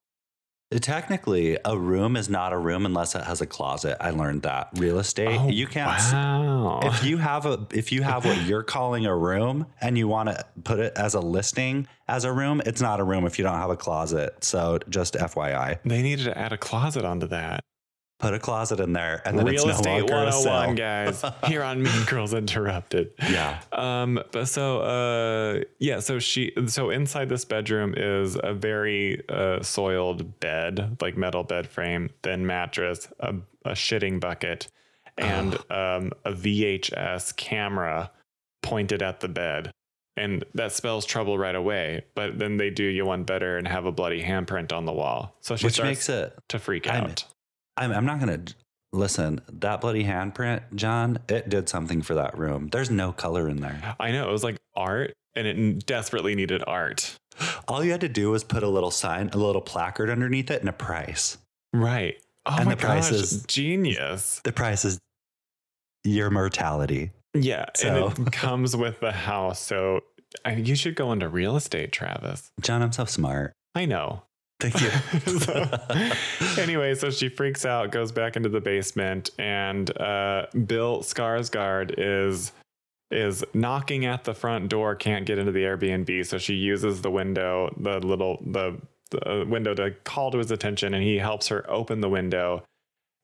S2: Technically, a room is not a room unless it has a closet. I learned that real estate.
S1: Oh,
S2: you can't.
S1: Wow.
S2: If you have a, if you have what you're calling a room and you want to put it as a listing as a room, it's not a room if you don't have a closet. So just FYI,
S1: they needed to add a closet onto that.
S2: put a closet in there, and then
S1: Real
S2: it's no
S1: estate
S2: longer a
S1: 101,
S2: sale.
S1: guys. Here on Mean Girls Interrupted.
S2: Yeah,
S1: Um, but so uh yeah, so she so inside this bedroom is a very uh soiled bed, like metal bed frame, thin mattress, a, a shitting bucket, and um a VHS camera pointed at the bed. And that spells trouble right away. But then they do you one better and have a bloody handprint on the wall. So she
S2: which
S1: starts
S2: makes it.
S1: to freak
S2: I'm-
S1: out.
S2: I'm, I'm not gonna. Listen, that bloody handprint, John, it did something for that room. There's no color in there.
S1: I know it was like art, and it desperately needed art.
S2: All you had to do was put a little sign, a little placard underneath it, and a price.
S1: Right. Oh
S2: And
S1: my
S2: the price
S1: gosh,
S2: is-
S1: genius.
S2: The price is your mortality.
S1: Yeah,
S2: So-
S1: and it comes with the house. So I, you should go into real estate, Travis.
S2: John, I'm so smart.
S1: I know.
S2: Thank you.
S1: So, anyway, so she freaks out, goes back into the basement, and uh, Bill Skarsgård is is knocking at the front door, can't get into the Airbnb, so she uses the window, the little the, the uh, window to call to his attention, and he helps her open the window,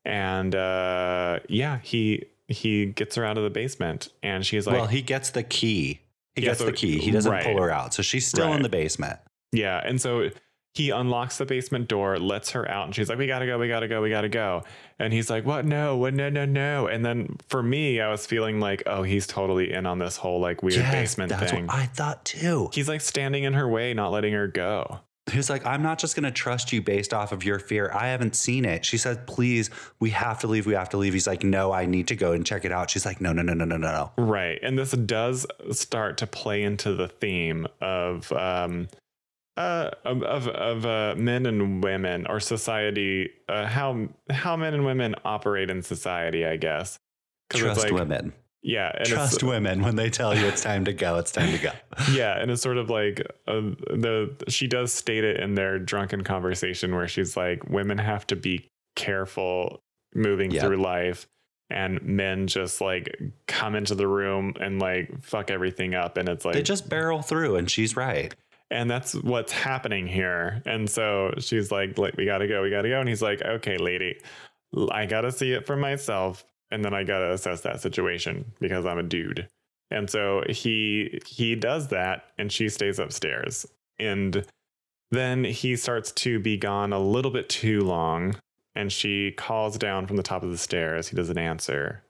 S1: and uh, yeah, he he gets her out of the basement, and she's like,
S2: well, he gets the key. He
S1: Yeah,
S2: gets
S1: so-
S2: the key. He doesn't
S1: right.
S2: pull her out. So she's still in
S1: Right.
S2: the basement.
S1: Yeah. And so he unlocks the basement door, lets her out, and she's like, We gotta go, we gotta go, we gotta go. And he's like, What? No, what? No, no, no. And then for me, I was feeling like, Oh, he's totally in on this whole like weird
S2: Yes,
S1: basement
S2: that's
S1: thing.
S2: what I thought too.
S1: he's like standing in her way, not letting her go.
S2: He's like, I'm not just going to trust you based off of your fear. I haven't seen it. She said, please, we have to leave. We have to leave. He's like, no, I need to go and check it out. She's like, no, no, no, no, no, no, no.
S1: Right. And this does start to play into the theme of, um, uh, of of, of uh, men and women or society, uh, how how men and women operate in society, I guess. 'Cause it's
S2: Trust
S1: like-
S2: women.
S1: Yeah, and it's-
S2: Trust women when they tell you it's time to go. It's time to go.
S1: yeah and it's sort of like uh, the she does state it in their drunken conversation where she's like women have to be careful moving
S2: Yeah.
S1: through life and men just like come into the room and like fuck everything up and it's like
S2: They just barrel through, and she's right.
S1: and that's what's happening here and so she's like like we gotta go we gotta go and he's like okay lady l- i gotta see it for myself and then i gotta assess that situation because i'm a dude and so he he does that and she stays upstairs and then he starts to be gone a little bit too long and she calls down from the top of the stairs he doesn't answer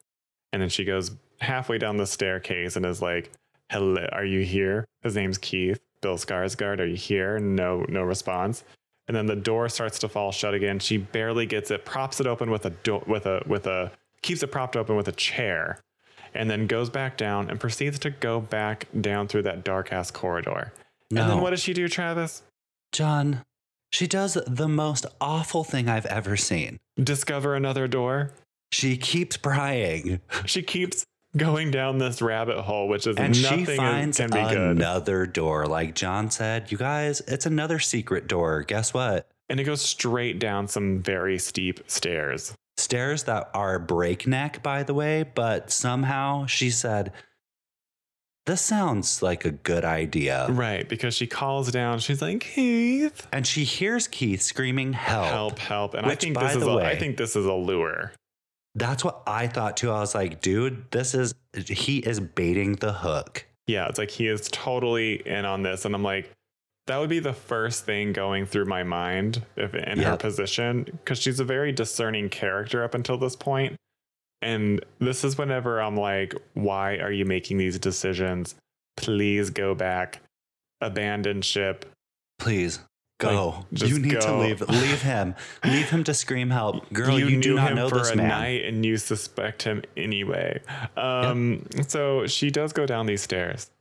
S1: and then she goes halfway down the staircase and is like hello are you here his name's keith bill skarsgård are you here no no response and then the door starts to fall shut again she barely gets it props it open with a do- with a with a keeps it propped open with a chair and then goes back down and proceeds to go back down through that dark ass corridor
S2: No,
S1: and then what does she do travis
S2: John, she does the most awful thing I've ever seen.
S1: discover another door
S2: She keeps prying,
S1: she keeps going down this rabbit hole which is
S2: and
S1: nothing
S2: she
S1: is-
S2: finds
S1: can be good
S2: another door. Like John said, you guys, it's another secret door. Guess what?
S1: and it goes straight down some very steep stairs
S2: Stairs that are breakneck, by the way, but somehow she said, This sounds like a good idea.
S1: Right, because she calls down. She's like, Keith,
S2: And she hears Keith screaming, Help.
S1: help, help. And I
S2: Which,
S1: think
S2: by
S1: this is
S2: the
S1: a, I
S2: way-
S1: think this is a lure.
S2: That's what I thought too. I was like, Dude, this is, he is baiting the hook.
S1: Yeah, it's like he is totally in on this, and I'm like, that would be the first thing going through my mind if in her
S2: Yeah.
S1: position, because she's a very discerning character up until this point, and this is whenever I'm like, why are you making these decisions? Please go back, abandon ship.
S2: Please go.
S1: just
S2: you need to
S1: go.
S2: leave. Leave him. leave him to scream help. Girl, you, do
S1: knew
S2: not
S1: him
S2: know
S1: for
S2: this
S1: a
S2: man.
S1: night and you suspect him anyway. Um, So she does go down these stairs.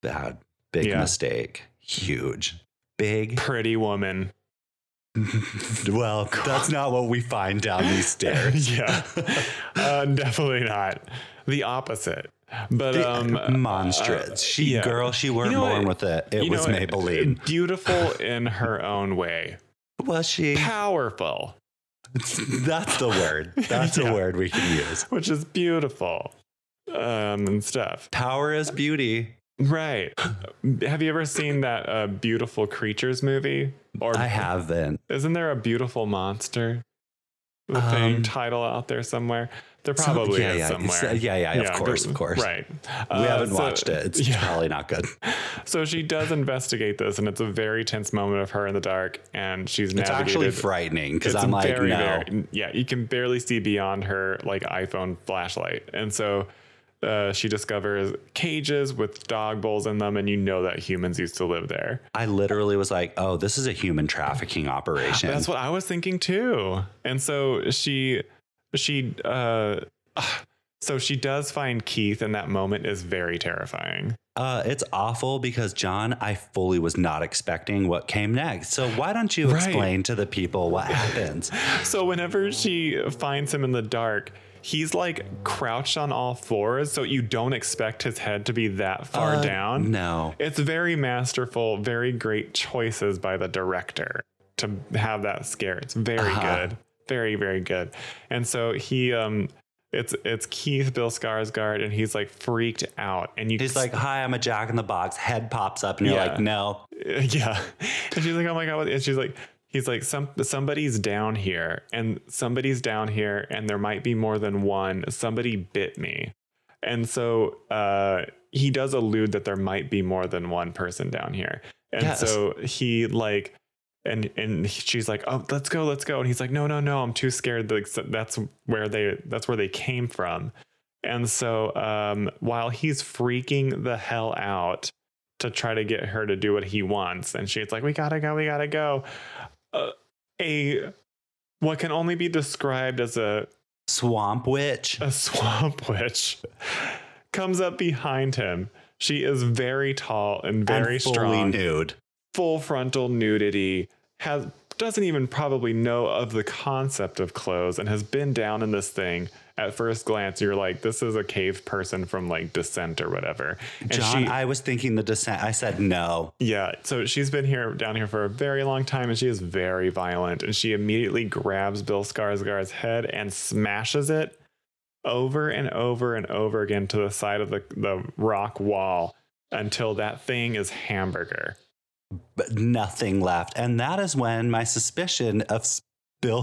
S2: Bad. Big
S1: Yeah.
S2: mistake. Huge. Big.
S1: Pretty woman.
S2: well, that's not what we find down these stairs.
S1: yeah. Uh, definitely not. The opposite. But
S2: The-
S1: um, uh,
S2: monstrous. she
S1: yeah.
S2: girl, she weren't
S1: You know
S2: born
S1: what?
S2: with it. It
S1: you
S2: was
S1: know,
S2: Maybelline.
S1: Beautiful in her own way.
S2: was she?
S1: Powerful,
S2: That's the word. That's
S1: Yeah.
S2: a word we can use.
S1: which is beautiful um, and stuff.
S2: Power is beauty.
S1: Right. Have you ever seen that uh, Beautiful Creatures movie? Or
S2: I haven't.
S1: Isn't there a beautiful monster thing
S2: Um,
S1: title out there somewhere? There
S2: Some-
S1: probably
S2: yeah,
S1: is
S2: yeah,
S1: somewhere.
S2: it's- uh, yeah, yeah, of course,
S1: but-
S2: of course.
S1: Right.
S2: we
S1: Uh,
S2: haven't
S1: so-
S2: watched it. It's
S1: yeah.
S2: probably not good.
S1: So she does investigate this, and it's a very tense moment of her in the dark, and she's
S2: It's
S1: navigated.
S2: actually frightening because
S1: It's
S2: I'm like, no.
S1: very- yeah, you can barely see beyond her like iPhone flashlight, and so. Uh, she discovers cages with dog bowls in them, and you know that humans used to live there.
S2: I literally was like, oh, this is a human trafficking operation.
S1: That's what I was thinking too. And so she she uh so she does find Keith and that moment is very terrifying.
S2: Uh, it's awful because John, I fully was not expecting what came next. So why don't you
S1: Right.
S2: explain to the people what happens?
S1: So whenever she finds him in the dark, he's like crouched on all fours so you don't expect his head to be that far
S2: Uh,
S1: down.
S2: No.
S1: It's very masterful, very great choices by the director to have that scare. It's very
S2: Uh-huh.
S1: good. Very, very good. And so he um it's it's Keith Bill Skarsgård and he's like freaked out and you
S2: He's like, "Hi, I'm a Jack in the Box." Head pops up, and you're
S1: Yeah.
S2: like, "No."
S1: yeah. And she's like, oh my God. what- And she's like, he's like, some somebody's down here, and somebody's down here, and there might be more than one. Somebody bit me. And so uh, he does allude that there might be more than one person down here. And
S2: Yes.
S1: so he like and and she's like, "Oh, let's go, let's go." And he's like, "No, no, no, I'm too scared. Like so that's where they that's where they came from." And so um while he's freaking the hell out to try to get her to do what he wants and she's like, "We got to go, we got to go." Uh, a what can only be described as a
S2: Swamp witch.
S1: a swamp witch comes up behind him. She is very tall and very
S2: and fully
S1: strong
S2: nude.
S1: full frontal nudity has doesn't even probably know of the concept of clothes and has been down in this thing at first glance you're like this is a cave person from like descent or whatever and
S2: John,
S1: she
S2: I was thinking the descent. I said no.
S1: yeah so she's been here down here for a very long time and she is very violent and she immediately grabs bill skarsgård's head and smashes it over and over and over again to the side of the, the rock wall until that thing is hamburger
S2: but nothing left. And that is when my suspicion of S- Bill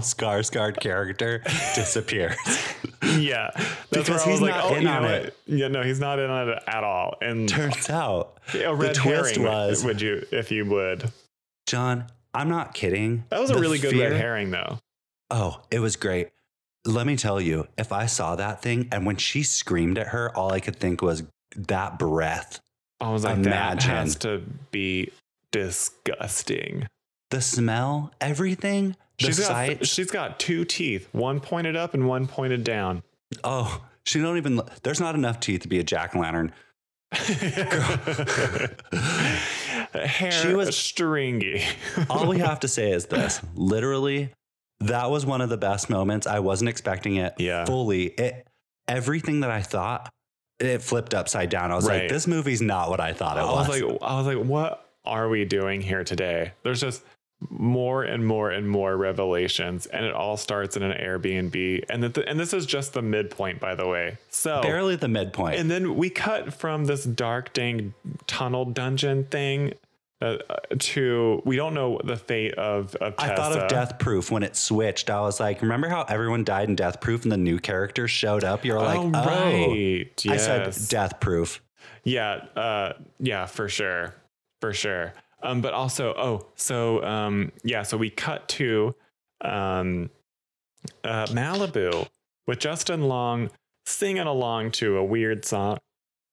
S2: Skarsgård character disappears.
S1: Yeah, that's
S2: Because
S1: because
S2: he's
S1: he's like,
S2: not
S1: oh,
S2: in
S1: you
S2: on
S1: know
S2: it.
S1: what? Yeah, no, he's not in on it at all. And
S2: Turns out,
S1: a red
S2: twist
S1: herring
S2: was-
S1: would you, if you would?
S2: John, I'm not kidding.
S1: That was a
S2: The
S1: really good
S2: fear-
S1: red herring, though.
S2: Oh, it was great. Let me tell you, if I saw that thing and when she screamed at her, all I could think was that breath.
S1: I was like, that
S2: Imagine.
S1: has to be disgusting.
S2: The smell, everything, the
S1: She's
S2: sight.
S1: got she's got two teeth, one pointed up and one pointed down.
S2: oh, she don't even. There's not enough teeth to be a jack o' lantern.
S1: Hair
S2: She was-
S1: stringy.
S2: All we have to say is this: literally, that was one of the best moments. I wasn't expecting it
S1: Yeah.
S2: fully. It everything that I thought it flipped upside down. I was like,
S1: Right.
S2: this movie's not what I thought it
S1: I
S2: was.
S1: was like, I was like, what are we doing here today? There's just more and more and more revelations, and it all starts in an Airbnb. And that, and this is just the midpoint, by the way. So,
S2: barely the midpoint.
S1: and then we cut from this dark, dang tunnel dungeon thing uh, uh, to we don't know the uh. fate of of Tessa.
S2: I thought of Death Proof when it switched. I was like, remember how everyone died in Death Proof and the new character showed up? You're like,
S1: oh,
S2: oh,
S1: right. Yes.
S2: I said Death Proof.
S1: Yeah, uh, yeah, for sure, for sure. Um, but also, oh, so um, yeah, so we cut to um, uh, Malibu with Justin Long singing along to a weird song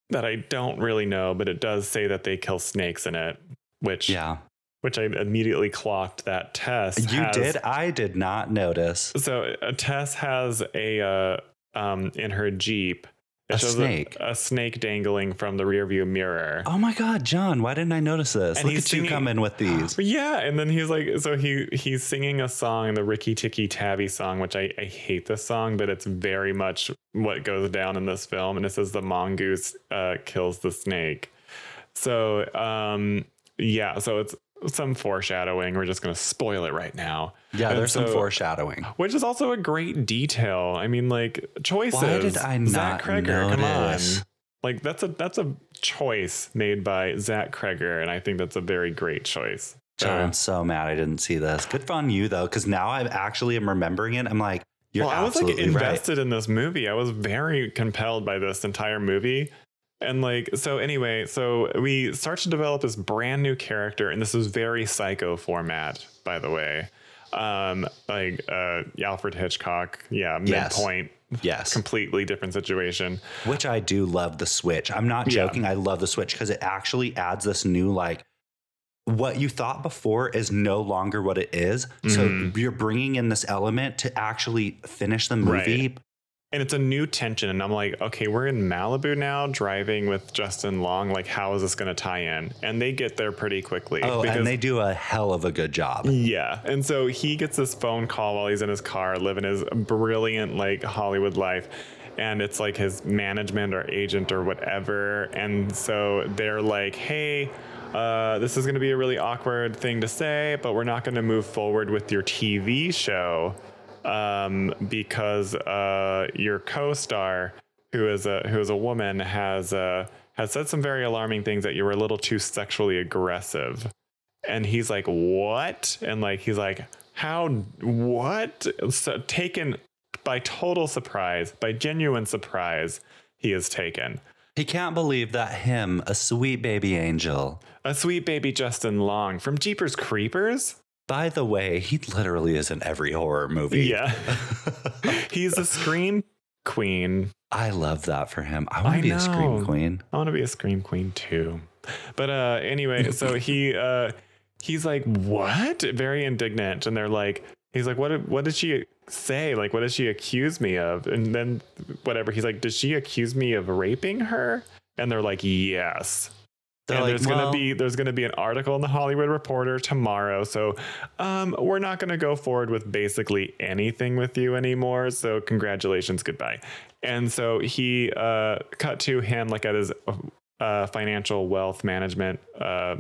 S1: that I don't really know, but it does say that they kill snakes in it, which
S2: Yeah,
S1: which I immediately clocked that test.
S2: you
S1: has-
S2: did. I did not notice
S1: so uh, Tess has a uh, um in her jeep. it
S2: a
S1: shows
S2: snake.
S1: A, snake dangling from the rearview mirror.
S2: oh my God, John, why didn't I notice this?
S1: And
S2: Look
S1: he's
S2: at you
S1: singing-
S2: coming with these.
S1: But yeah, and then he's like, so he he's singing a song, the Ricky Ticky Tabby song, which I, I hate this song, but it's very much what goes down in this film. And it says the mongoose uh, kills the snake. So um, yeah, so it's some foreshadowing. We're just gonna spoil it right now,
S2: Yeah,
S1: And
S2: there's some
S1: so-
S2: foreshadowing.
S1: which is also a great detail. I mean, like choices.
S2: Why did I
S1: Zach
S2: not
S1: Kreger, come on.
S2: notice?
S1: Like that's a that's a choice made by Zach Kreger, and I think that's a very great choice. So-
S2: John, I'm so mad I didn't see this. Good on you though, because now I actually am remembering it. I'm like, you're
S1: well, I was like
S2: absolutely right.
S1: invested in this movie. I was very compelled by this entire movie. And like, so anyway, so we start to develop this brand new character, and this is very psycho format, by the way. Um, like uh Alfred Hitchcock, yeah,
S2: Yes.
S1: midpoint,
S2: Yes,
S1: completely different situation.
S2: which I do love the switch. I'm not
S1: Yeah.
S2: joking. I love the switch because it actually adds this new like what you thought before is no longer what it is.
S1: Mm-hmm.
S2: So you're bringing in this element to actually finish the movie.
S1: and it's a new tension and i'm like okay we're in malibu now driving with justin long like how is this going to tie in and they get there pretty quickly
S2: Oh, and they do a hell of a good
S1: Mm.
S2: job.
S1: yeah and so he gets this phone call while he's in his car living his brilliant like hollywood life and it's like his management or agent or whatever and so they're like hey uh, this is going to be a really awkward thing to say but we're not going to move forward with your tv show um, because uh, your co-star, who is a who is a woman, has uh, has said some very alarming things that you were a little too sexually aggressive. And he's like, "What?" And like he's like, "How? What?" So taken by total surprise, by genuine surprise, he is taken.
S2: He can't believe that him, a sweet baby angel.
S1: A sweet baby Justin Long from Jeepers Creepers.
S2: By the way, he literally is in every horror movie.
S1: Yeah, he's a scream queen.
S2: I love that for him. I want
S1: I
S2: to be a scream
S1: know.
S2: queen.
S1: I want to be a scream queen too. But uh anyway, so he uh he's like, "What?" Very indignant and they're like he's like, "What what did she say? Like what did she accuse me of?" And then whatever, he's like, "Did she accuse me of raping her?" And they're like, "Yes."
S2: They're
S1: and
S2: like,
S1: there's
S2: "Well,
S1: gonna be there's gonna be an article in the Hollywood Reporter tomorrow. So um we're not gonna go forward with basically anything with you anymore. So congratulations, goodbye. And so he uh cut to him like at his uh financial wealth management uh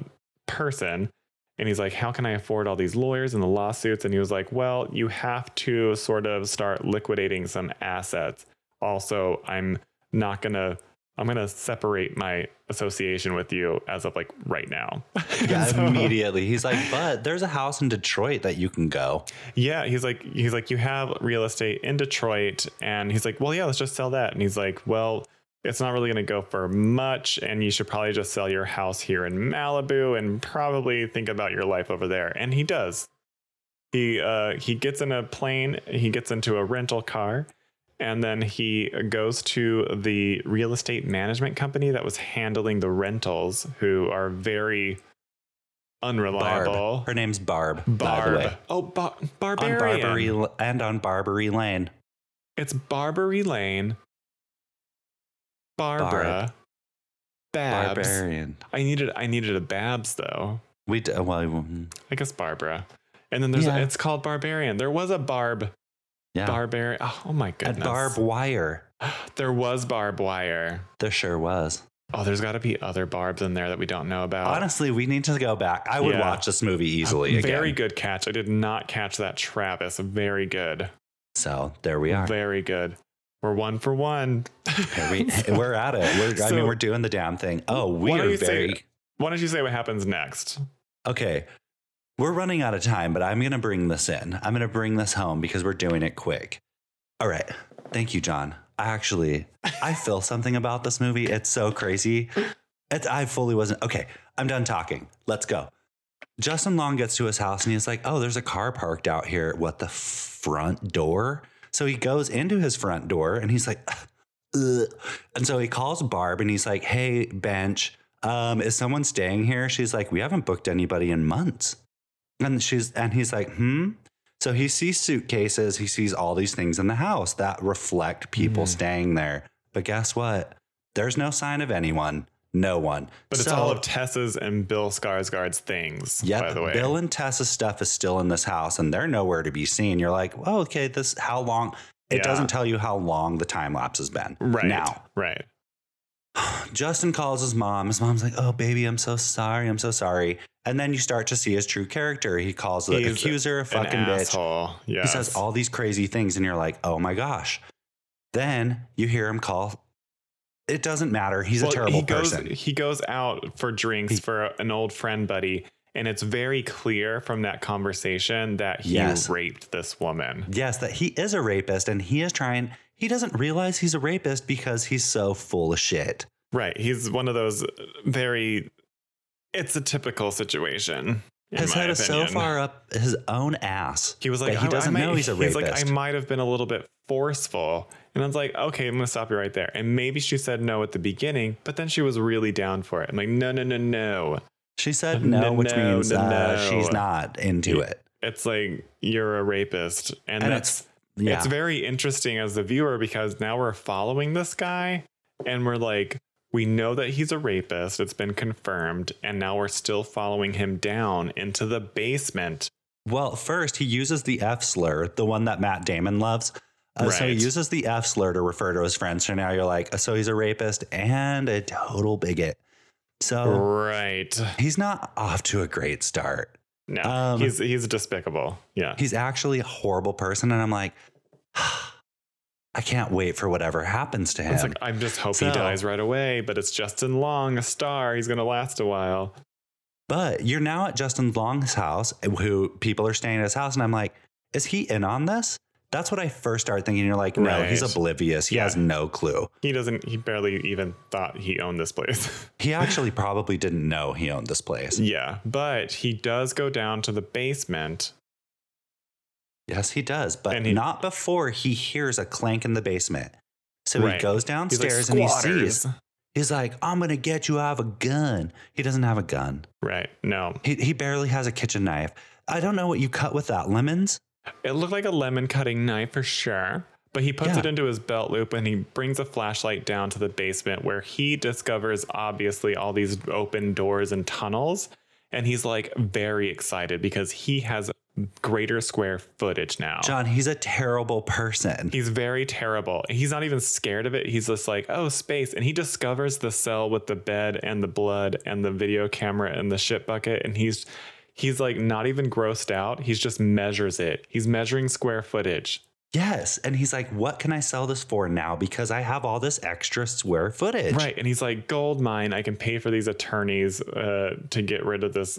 S1: person and he's like, How can I afford all these lawyers and the lawsuits? And he was like, Well, you have to sort of start liquidating some assets. Also, I'm not gonna I'm gonna separate my association with you as of like right now.
S2: Yeah,
S1: So-
S2: immediately. He's like, but there's a house in Detroit that you can go.
S1: Yeah, he's like he's like, You have real estate in Detroit and he's like, Well, yeah, let's just sell that. And he's like, Well, it's not really going to go for much, and you should probably just sell your house here in Malibu and probably think about your life over there. And he does. he uh, he gets in a plane he gets into a rental car and then he goes to the real estate management company that was handling the rentals who are very
S2: Barb.
S1: unreliable
S2: Her name's Barb, by the
S1: barb
S2: way.
S1: oh bar-
S2: On
S1: barbarian
S2: Barbary and on Barbary Lane.
S1: it's barbary lane barbara babs
S2: Barbarian.
S1: i needed i needed a babs though
S2: We d- well, mm,
S1: i guess barbara and then there's
S2: Yeah.
S1: a, it's called barbarian there was a barb
S2: yeah.
S1: barbarian oh my
S2: A
S1: goodness
S2: barb wire.
S1: There was barbed wire.
S2: There sure was.
S1: Oh, there's got to be other barbs in there that we don't know about.
S2: Honestly, we need to go back. I would
S1: Uh, Yeah. Uh,
S2: watch this movie easily again.
S1: Very good catch. I did not catch that, Travis. Very good.
S2: So there we are.
S1: Very good. We're one for one.
S2: Here we, we're at it. We're, I mean,
S1: So-
S2: we're doing the damn thing. Oh, we
S1: Why don't
S2: are
S1: you say
S2: very.
S1: that? Why don't you say what happens next?
S2: Okay. We're running out of time, but I'm going to bring this in. I'm going to bring this home because we're doing it quick. All right. Thank you, John. I actually, I feel something about this movie. It's so crazy. It's, I fully wasn't. Okay. I'm done talking. Let's go. Justin Long gets to his house and he's like, oh, there's a car parked out here. What the front door? So he goes into his front door and he's like, Ugh. And so he calls Barb and he's like, Hey, bench, um, is someone staying here? She's like, We haven't booked anybody in months. And she's and he's like, hmm. So he sees suitcases, he sees all these things in the house that reflect people
S1: Mm.
S2: staying there. But guess what? There's no sign of anyone. No one.
S1: But it's
S2: So-
S1: all of Tessa's and Bill Skarsgård's things.
S2: Yep.
S1: By the way,
S2: Bill and Tessa's stuff is still in this house and they're nowhere to be seen. You're like, oh, okay, this how long it
S1: Yeah.
S2: doesn't tell you how long the time lapse has been.
S1: Right
S2: Now.
S1: Right.
S2: Justin calls his mom. His mom's like, "Oh, baby, I'm so sorry. I'm so sorry." And then you start to see his true character. He calls the
S1: He's
S2: accuser a fucking
S1: An
S2: bitch.
S1: asshole. Yeah.
S2: He says all these crazy things, and you're like, "Oh my gosh!" Then you hear him call. It doesn't matter. He's a terrible
S1: he goes,
S2: person.
S1: He goes out for drinks
S2: He-
S1: for an old friend buddy, and it's very clear from that conversation that he
S2: Yes.
S1: raped this woman.
S2: Yes, that he is a rapist, and he is trying. He doesn't realize he's a rapist because he's so full of shit.
S1: Right. He's one of those very. It's a typical situation. in
S2: His
S1: my
S2: head is so
S1: opinion.
S2: far up his own ass.
S1: He was like,
S2: that he
S1: I- I
S2: doesn't
S1: might-
S2: know he's a
S1: like,
S2: rapist.
S1: I might have been a little bit forceful. And I was like, okay, I'm going to stop you right there. And maybe she said no at the beginning, but then she was really down for it. I'm like, no, no, no, no.
S2: She said no,
S1: No,
S2: which means
S1: no,
S2: uh,
S1: no.
S2: she's not into
S1: Yeah.
S2: it.
S1: It's like you're a rapist, and,
S2: And
S1: that's
S2: it's yeah,
S1: it's very interesting as the viewer because now we're following this guy, and we're like, we know that he's a rapist. It's been confirmed, and now we're still following him down into the basement.
S2: Well, first, he uses the F slur, the one that Matt Damon loves. Uh, So he
S1: Right.
S2: uses the F slur to refer to his friends. So now you're like, so he's a rapist and a total bigot. So
S1: Right.
S2: he's not off to a great start.
S1: No,
S2: Um,
S1: he's he's despicable. Yeah.
S2: He's actually a horrible person. And I'm like, I can't wait for whatever happens to
S1: It's
S2: him.
S1: like, uh, I'm just hope
S2: So-
S1: he dies right away, but it's Justin Long, a star. He's gonna last a while.
S2: but you're now at Justin Long's house, who people are staying at his house. And I'm like, is he in on this? That's what I first started thinking. You're like, no, he's
S1: Right.
S2: oblivious. He
S1: Yeah.
S2: has no clue.
S1: He doesn't. He barely even thought he owned this place.
S2: He actually probably didn't know he owned this place.
S1: yeah, but he does go down to the basement.
S2: Yes, he does, but
S1: And he-
S2: not before he hears a clank in the basement. So he
S1: Right. He's
S2: goes
S1: like,
S2: downstairs and he
S1: "Squatters."
S2: sees. He's like, "I'm gonna get you. I have a gun." He doesn't have a gun.
S1: Right. No,
S2: He he barely has a kitchen knife. I don't know what you cut with that. Lemons.
S1: it looked like a lemon cutting knife for sure. But he puts
S2: Yeah.
S1: it into his belt loop and he brings a flashlight down to the basement where he discovers obviously all these open doors and tunnels. And he's like very excited because he has greater square footage now.
S2: John, he's a terrible person.
S1: He's very terrible. He's not even scared of it. He's just like, oh, space. And he discovers the cell with the bed and the blood and the video camera and the shit bucket. And he's he's like not even grossed out. He's just measures it. He's measuring square footage.
S2: yes, and he's like, "What can I sell this for now? Because I have all this extra square footage."
S1: Right. And he's like, gold mine. I can pay for these attorneys uh, to get rid of this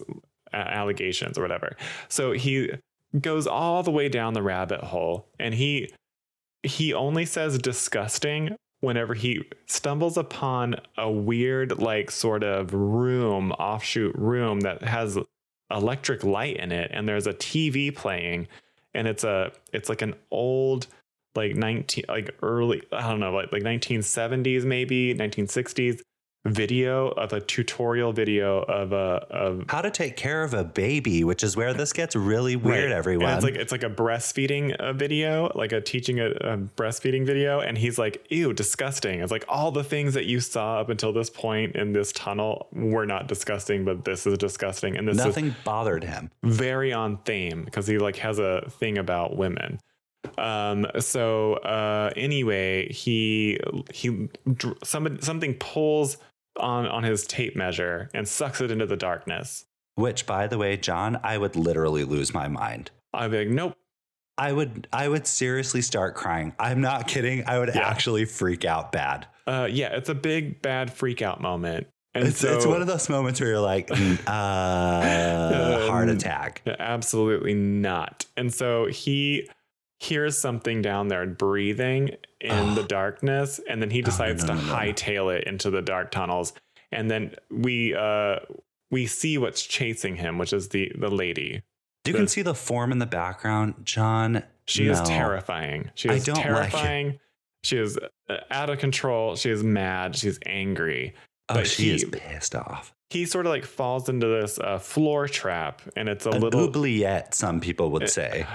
S1: uh, allegations or whatever. So he goes all the way down the rabbit hole and he he only says disgusting whenever he stumbles upon a weird like sort of room offshoot room that has electric light in it and there's a TV playing and it's a it's like an old like 19 like early i don't know like, like 1970s maybe 1960s video of a tutorial video of a of
S2: How to take care of a baby, which is where this gets really weird,
S1: Right.
S2: everyone.
S1: And it's like it's like a breastfeeding uh, video, like a teaching a, a breastfeeding video, and he's like, "Ew, disgusting." It's like all the things that you saw up until this point in this tunnel were not disgusting, but this is disgusting, and this
S2: Nothing bothered him.
S1: is very on theme because he like has a thing about women. Um. So, uh, anyway, he he dr- somebody something pulls on on his tape measure and sucks it into the darkness.
S2: Which, by the way, John, I would literally lose my mind.
S1: I'd be like, "Nope."
S2: I would, I would seriously start crying. I'm not kidding. I would
S1: Yeah.
S2: actually freak out bad.
S1: Uh, yeah, it's a big bad freak out moment. And
S2: It's,
S1: so,
S2: it's one of those moments where you're like, mm, uh, heart
S1: Um,
S2: attack.
S1: absolutely not. And so he hears something down there breathing in
S2: Ugh.
S1: the darkness, and then he
S2: no,
S1: decides
S2: no,
S1: to
S2: no, no, no.
S1: hightail it into the dark tunnels. And then we uh we see what's chasing him, which is the the lady.
S2: You can
S1: the-
S2: see the form in the background, John.
S1: She is
S2: no.
S1: terrifying. She
S2: I
S1: is
S2: don't like it.
S1: terrifying. She is uh, out of control. She is mad. She's angry.
S2: Oh,
S1: but
S2: she
S1: he-
S2: is pissed off.
S1: He sort of like falls into this uh, floor trap, and it's a
S2: An
S1: little Eh.
S2: oubliette, some people would say.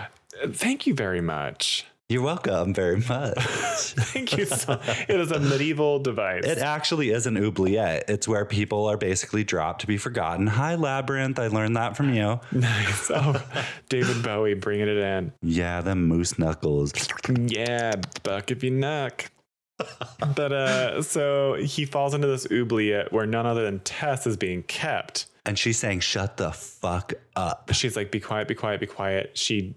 S1: Thank you very much.
S2: You're welcome very much.
S1: Thank you. So, it is a medieval device.
S2: It actually is an oubliette. It's where people are basically dropped to be forgotten. Hi, Labyrinth. I learned that from you.
S1: nice. Oh, David Bowie bringing it in.
S2: Yeah, the moose knuckles.
S1: Yeah, buck if you knuck. but uh, so he falls into this oubliette where none other than Tess is being kept.
S2: And she's saying, shut the fuck up.
S1: She's like, "Be quiet, be quiet, be quiet." She,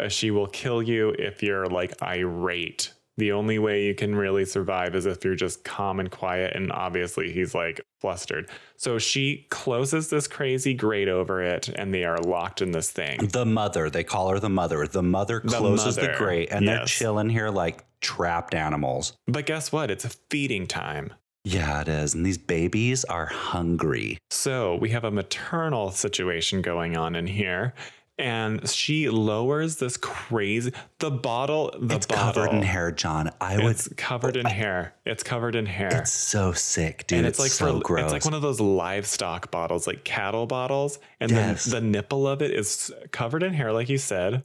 S1: uh, she will kill you if you're like irate. The only way you can really survive is if you're just calm and quiet. And obviously, he's like flustered. So she closes this crazy grate over it, and they are locked in this thing.
S2: The mother, they call her the mother. The mother
S1: The
S2: closes the,
S1: mother,
S2: grate and they're
S1: yes.
S2: chilling here like trapped animals.
S1: But guess what? It's a feeding time.
S2: Yeah, it is. And these babies are hungry.
S1: So we have a maternal situation going on in here. and she lowers this crazy the bottle the
S2: it's
S1: bottle
S2: covered in hair, John. I would.
S1: it's covered in hair it's covered in hair
S2: It's so sick, dude.
S1: and
S2: it's,
S1: it's, like
S2: so
S1: for,
S2: gross.
S1: it's like one of those livestock bottles like cattle bottles and
S2: Yes.
S1: then the nipple of it is covered in hair like you said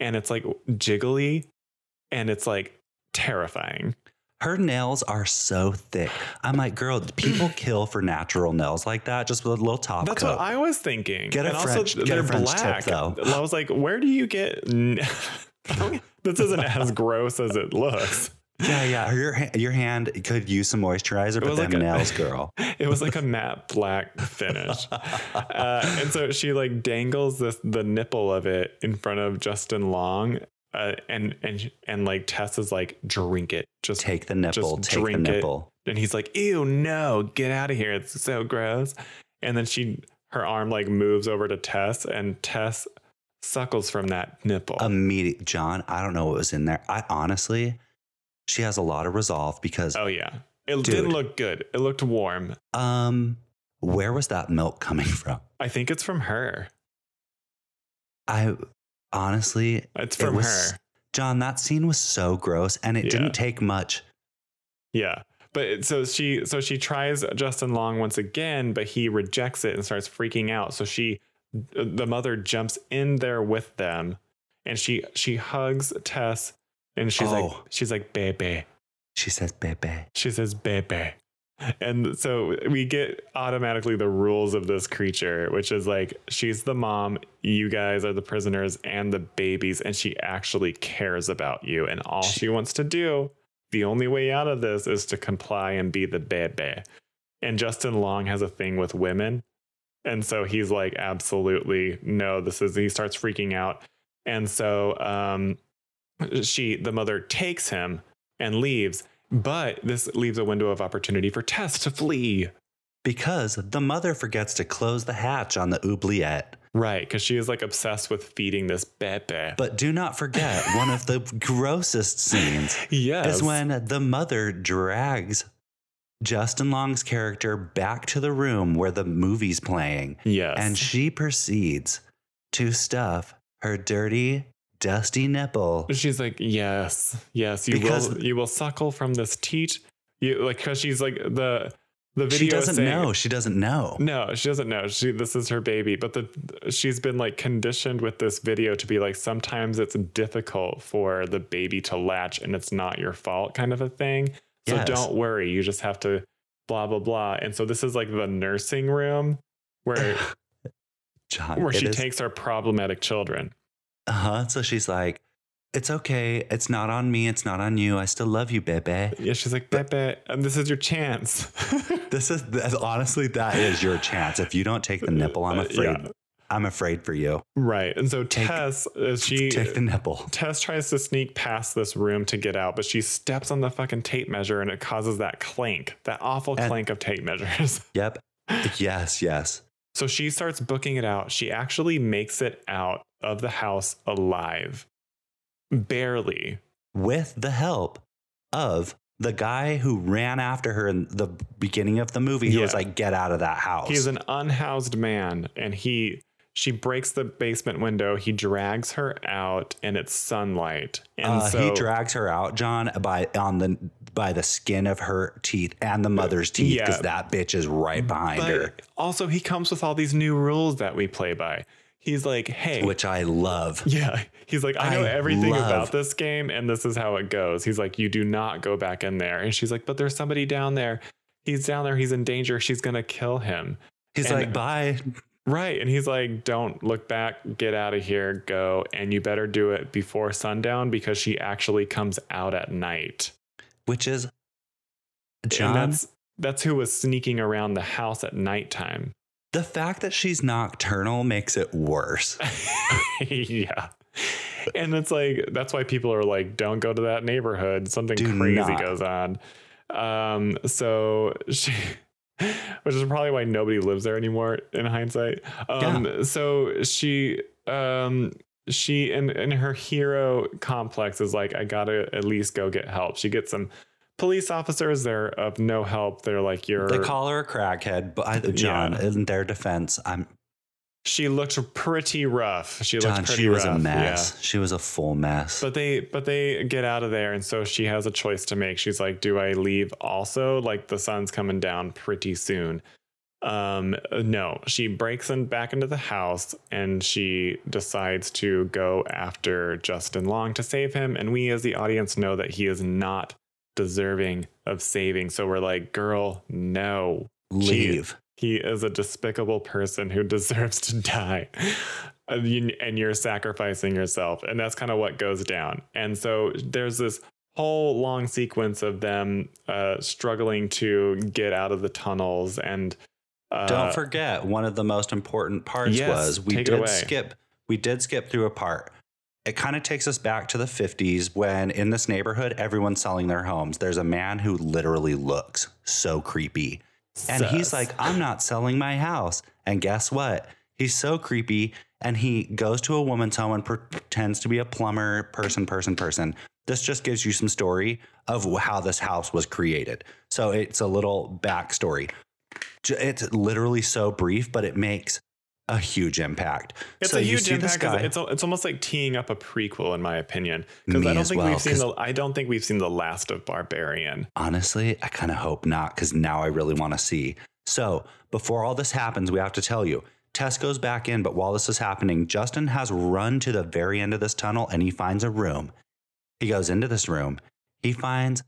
S1: and it's like jiggly and it's like terrifying
S2: Her nails are so thick. I'm like, girl, people kill for natural nails like that, just with a little top
S1: that's
S2: coat.
S1: what i was thinking
S2: Get a
S1: and
S2: French-
S1: also
S2: get a
S1: they're
S2: French tip,
S1: black
S2: though.
S1: i was like where do you get this isn't as gross as it looks
S2: yeah, yeah. Your ha- your hand could use some moisturizer, but
S1: was
S2: them
S1: like a-
S2: nails, girl.
S1: it was like a matte black finish uh, and so she like dangles this the nipple of it in front of justin long uh, and and and like tess is like drink it just
S2: take the nipple.
S1: just
S2: Take the
S1: drink it.
S2: nipple.
S1: and he's like ew no get out of here it's so gross and then she her arm like moves over to tess and tess suckles from that nipple
S2: Immediate, John. I don't know what was in there. I honestly, she has a lot of resolve because,
S1: oh yeah it
S2: Dude.
S1: didn't look good it looked warm
S2: um, where was that milk coming from?
S1: i think it's from her
S2: I honestly,
S1: it's
S2: it
S1: from
S2: was-
S1: her
S2: John, that scene was so gross, and it
S1: Yeah.
S2: didn't take much.
S1: Yeah. But it- so she so she tries Justin Long once again, but he rejects it and starts freaking out. So she the mother jumps in there with them and she she hugs Tess and she's like
S2: Oh.
S1: she's like baby.
S2: She says, "Bebe."
S1: She says baby. And so we get automatically the rules of this creature, which is like she's the mom, you guys are the prisoners and the babies, and she actually cares about you. And all
S2: She-
S1: she, wants to do, the only way out of this is to comply and be the baby. And Justin Long has a thing with women. And so he's like, absolutely no, this is, he starts freaking out. And so um, she, the mother, takes him and leaves. But this leaves a window of opportunity for Tess to flee.
S2: Because the mother forgets to close the hatch on the oubliette.
S1: Right, because she is like obsessed with feeding this Bebe.
S2: But do not forget, one of the grossest scenes
S1: yes,
S2: is when the mother drags Justin Long's character back to the room where the movie's playing,
S1: yes,
S2: and she proceeds to stuff her dirty, dusty nipple.
S1: she's like, yes, yes, you
S2: Because-
S1: will, you will suckle from this teat. You like because she's like the the video.
S2: She
S1: is
S2: doesn't
S1: saying-
S2: know. She doesn't know.
S1: No, she doesn't know. She this is her baby, but the she's been like conditioned with this video to be like sometimes it's difficult for the baby to latch and it's not your fault kind of a thing. So
S2: Yes.
S1: don't worry, you just have to blah blah blah. And so this is like the nursing room where
S2: John,
S1: where
S2: it
S1: she
S2: is-
S1: takes our problematic children.
S2: Uh huh. So she's like, "It's okay. It's not on me. It's not on you. I still love you, baby."
S1: Yeah, she's like, Pepe, and this is your chance.
S2: This is that's, honestly that is your chance. If you don't take the nipple, I'm
S1: Uh,
S2: afraid.
S1: yeah.
S2: I'm afraid for you.
S1: Right. And so
S2: Take-
S1: Tess uh, she
S2: take the nipple.
S1: Tess tries to sneak past this room to get out, but she steps on the fucking tape measure and it causes that clank, that awful
S2: And-
S1: clank of tape measures.
S2: Yep. Yes. Yes.
S1: so she starts booking it out. She actually makes it out of the house alive. Barely.
S2: With the help of the guy who ran after her in the beginning of the movie, who was
S1: Yeah.
S2: like, "Get out of that house."
S1: He's an unhoused man and he she breaks the basement window, he drags her out and it's sunlight. And
S2: Uh,
S1: so
S2: he drags her out, John, by on the by the skin of her teeth and the mother's teeth, because
S1: Yeah. Mm,
S2: that bitch is right behind her,
S1: but also he comes with all these new rules that we play by. He's like, hey,
S2: which I love.
S1: Yeah. He's like, I know
S2: I
S1: everything
S2: love-
S1: about this game, and this is how it goes. He's like, You do not go back in there. And she's like, But there's somebody down there. He's down there. He's in danger. She's going to kill him.
S2: He's
S1: and-
S2: like, "Bye."
S1: Right. And he's like, Don't look back. Get out of here. Go. And you better do it before sundown because she actually comes out at night.
S2: Which is John.
S1: And that's, that's who was sneaking around the house at nighttime.
S2: The fact that she's nocturnal makes it worse.
S1: yeah. And it's like that's why people are like, don't go to that neighborhood. Something
S2: Do
S1: crazy
S2: not.
S1: goes on. Um, so she which is probably why nobody lives there anymore in hindsight. Um so she um she and, and her hero complex is like, I gotta at least go get help. She gets some police officers, they're of no help. They're like you're
S2: They call her a crackhead, but I, John, in their defense, I'm
S1: She looked pretty rough. She looked
S2: John,
S1: pretty
S2: she was
S1: rough.
S2: a mess. She was a full mess.
S1: But they but they get out of there and so she has a choice to make. She's like, "Do I leave also? Like the sun's coming down pretty soon." Um no, she breaks in back into the house and she decides to go after Justin Long to save him and we as the audience know that he is not deserving of saving. So we're like, "Girl, no."
S2: Leave.
S1: He is a despicable person who deserves to die. And you- and you're sacrificing yourself. And that's kind of what goes down. And so there's this whole long sequence of them uh, struggling to get out of the tunnels. And uh,
S2: Don't forget, one of the most important parts
S1: Yes,
S2: was we
S1: take it away.
S2: did skip. We did skip through a part. It kind of takes us back to the 50s when in this neighborhood, everyone's selling their homes. There's a man who literally looks so creepy. And he's
S1: sus.
S2: like, I'm not selling my house. And guess what? He's so creepy. And he goes to a woman's home and pretends to be a plumber, person, person, person. This just gives you some story of how this house was created. So it's a little backstory. J- It's literally so brief, but it makes a huge impact.
S1: It's
S2: so
S1: a
S2: you
S1: huge
S2: see this
S1: impact. 'cause
S2: guy-
S1: It's, al- it's almost like teeing up a prequel, in my opinion, because
S2: Me
S1: I don't
S2: as
S1: think
S2: well,
S1: we've seen
S2: 'cause-
S1: the I don't think we've seen the last of Barbarian.
S2: Honestly, I kind of hope not because now I really want to see. So, before all this happens, we have to tell you Tess goes back in, but while this is happening, Justin has run to the very end of this tunnel and he finds a room. He goes into this room. He finds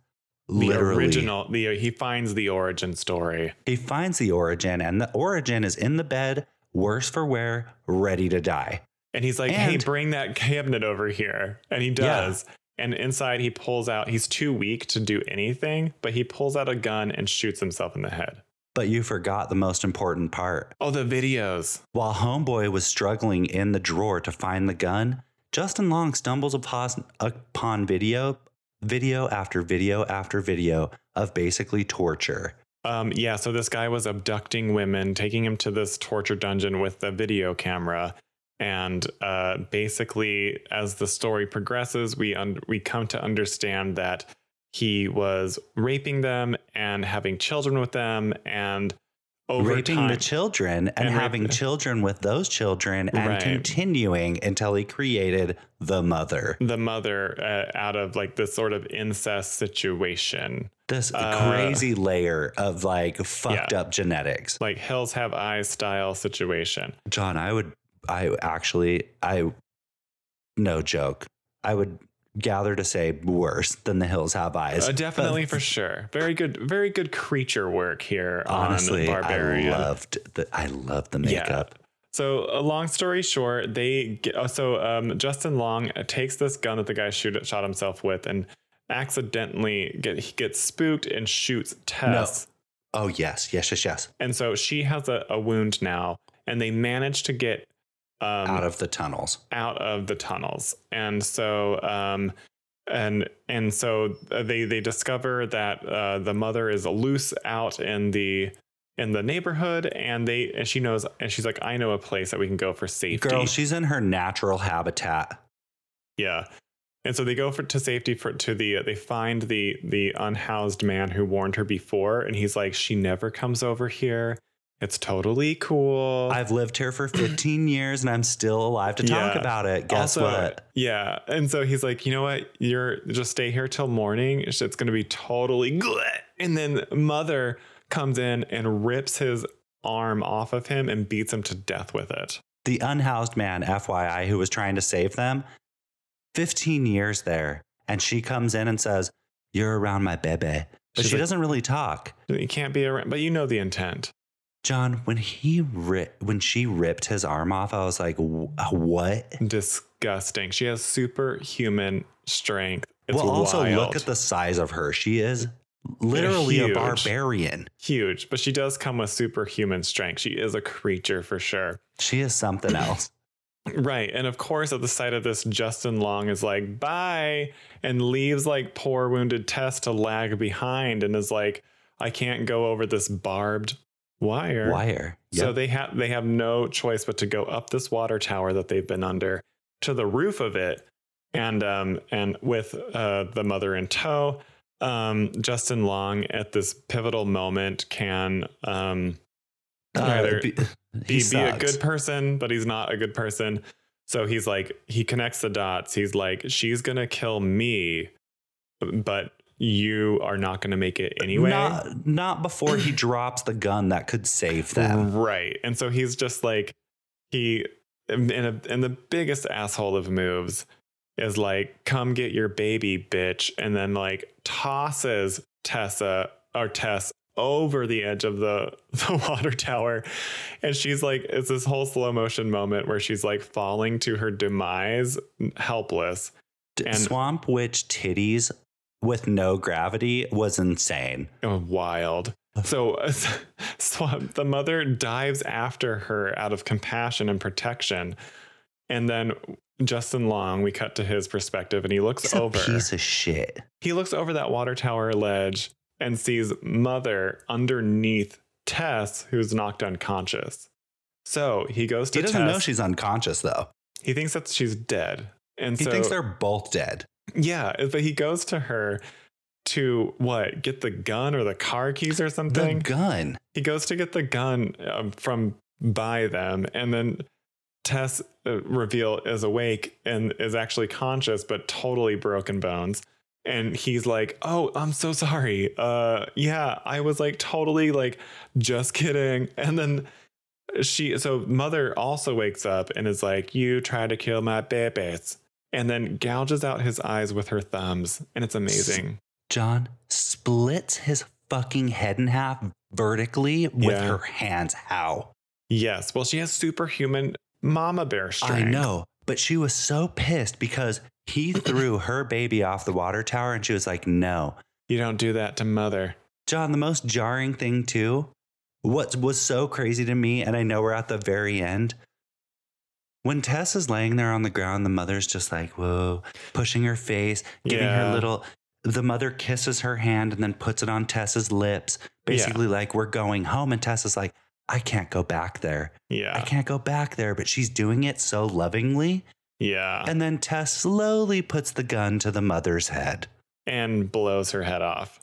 S1: The
S2: literally,
S1: original, the he finds the origin story.
S2: he finds the origin, and the origin is in the bed, worse for wear, ready to die.
S1: And he's like, hey,
S2: And-
S1: bring that cabinet over here. And he
S2: Yeah.
S1: does. And inside, he pulls out, he's too weak to do anything, but he pulls out a gun and shoots himself in the head.
S2: But you forgot the most important part.
S1: Oh, the videos.
S2: While Homeboy was struggling in the drawer to find the gun, Justin Long stumbles upon, upon video, video after video after video of basically torture.
S1: Um, yeah, so this guy was abducting women, taking him to this torture dungeon with a video camera. And uh, basically, as the story progresses, we, un- we come to understand that he was raping them and having children with them and over
S2: raping
S1: time,
S2: the children and,
S1: And rape-
S2: having children with those children and
S1: Right.
S2: continuing until he created the mother.
S1: the mother uh, out of like this sort of incest situation.
S2: This
S1: Uh,
S2: crazy layer of like fucked up genetics.
S1: Like hills have eyes style situation.
S2: John, I would, I actually, I, no joke, I would gather to say worse than the hills have eyes.
S1: Uh, definitely
S2: But
S1: for sure. Very good, very good creature work here
S2: Honestly,
S1: on
S2: I
S1: Barbarian.
S2: loved the, I loved the
S1: Yeah.
S2: makeup.
S1: So, a long story short, they get, uh, so um, Justin Long uh, takes this gun that the guy shoot, shot himself with and accidentally get he gets spooked and shoots Tess.
S2: Oh yes, yes, yes, yes.
S1: And so she has a, a wound now, and they manage to get um,
S2: Out of the tunnels.
S1: out of the tunnels and so um and and so uh, they they discover that uh the mother is loose out in the in the neighborhood and they and she knows and she's like i know a place that we can go for safety
S2: Girl, she's in her natural habitat.
S1: yeah and so they go for to safety for to the they find the the unhoused man who warned her before and he's like she never comes over here it's totally cool
S2: I've lived here for 15 years and I'm still alive to talk
S1: Yeah.
S2: about it. Guess
S1: Also,
S2: what?
S1: Yeah. And so he's like, you know what? You're just stay here till morning. It's going to be totally good. And then mother comes in and rips his arm off of him and beats him to death with it.
S2: The unhoused man, FYI, who was trying to save them, 15 years there. And she comes in and says, You're around my bebe. But
S1: She's
S2: she
S1: like-
S2: doesn't really talk.
S1: You can't be around, but you know the intent.
S2: John, when he ri- when she ripped his arm off, I was like, "Wh- "What?"
S1: Disgusting. She has superhuman strength. It's
S2: well, also
S1: wild.
S2: look at the size of her. She is literally a
S1: Huge.
S2: barbarian.
S1: huge, but she does come with superhuman strength. She is a creature for sure.
S2: She is something else.
S1: Right. And of course, at the sight of this, Justin Long is like, bye, and leaves like poor wounded Tess to lag behind and is like, I can't go over this barbed wire.
S2: Wire.
S1: So
S2: Yep.
S1: they have they have no choice but to go up this water tower that they've been under to the roof of it, and um and with uh, the mother in tow, um, Justin Long at this pivotal moment can um Neither.
S2: Uh, be,
S1: Be,
S2: he
S1: be a
S2: sucked.
S1: good person, but he's not a good person. So he's like, he connects the dots. He's like, she's gonna kill me, but you are not gonna make it anyway.
S2: Not, not before he drops the gun that could save them.
S1: Right. And so he's just like he and a, and the biggest asshole of moves is like come get your baby bitch and then like tosses Tessa or Tess over the edge of the the water tower and she's like it's this whole slow motion moment where she's like falling to her demise helpless
S2: D-
S1: and-
S2: Swamp Witch titties with no gravity was insane.
S1: Oh, wild. So, so um, the mother dives after her out of compassion and protection. And then Justin Long, we cut to his perspective and he looks
S2: He's
S1: over.
S2: a piece of shit.
S1: He looks over that water tower ledge and sees mother underneath Tess, who's knocked unconscious. So he goes to
S2: He doesn't
S1: Tess.
S2: know she's unconscious though.
S1: he thinks that she's dead. And
S2: He
S1: so
S2: thinks they're both dead.
S1: yeah, but he goes to her to what? Get the gun or the car keys or
S2: The
S1: something.
S2: gun.
S1: he goes to get the gun um, from by them and then tess uh, reveal is awake and is actually conscious but totally broken bones and he's like oh i'm so sorry uh yeah i was like totally like just kidding and then she so mother also wakes up and is like you tried to kill my babies and then gouges out his eyes with her thumbs and it's amazing
S2: John splits his fucking head in half vertically with
S1: Yeah.
S2: her hands. How?
S1: yes well she has superhuman mama bear strength
S2: I know, but she was so pissed because he threw her baby off the water tower and she was like, no.
S1: You don't do that to mother.
S2: John, the most jarring thing too, what was so crazy to me, and I know we're at the very end. When Tess is laying there on the ground, the mother's just like, whoa, pushing her face, giving
S1: Yeah.
S2: her little. The mother kisses her hand and then puts it on Tess's lips, basically like, we're going home. And Tess is like, I can't go back there. I
S1: Yeah.
S2: can't go back there. But she's doing it so lovingly.
S1: Yeah.
S2: And then Tess slowly puts the gun to the mother's head.
S1: And blows her head off.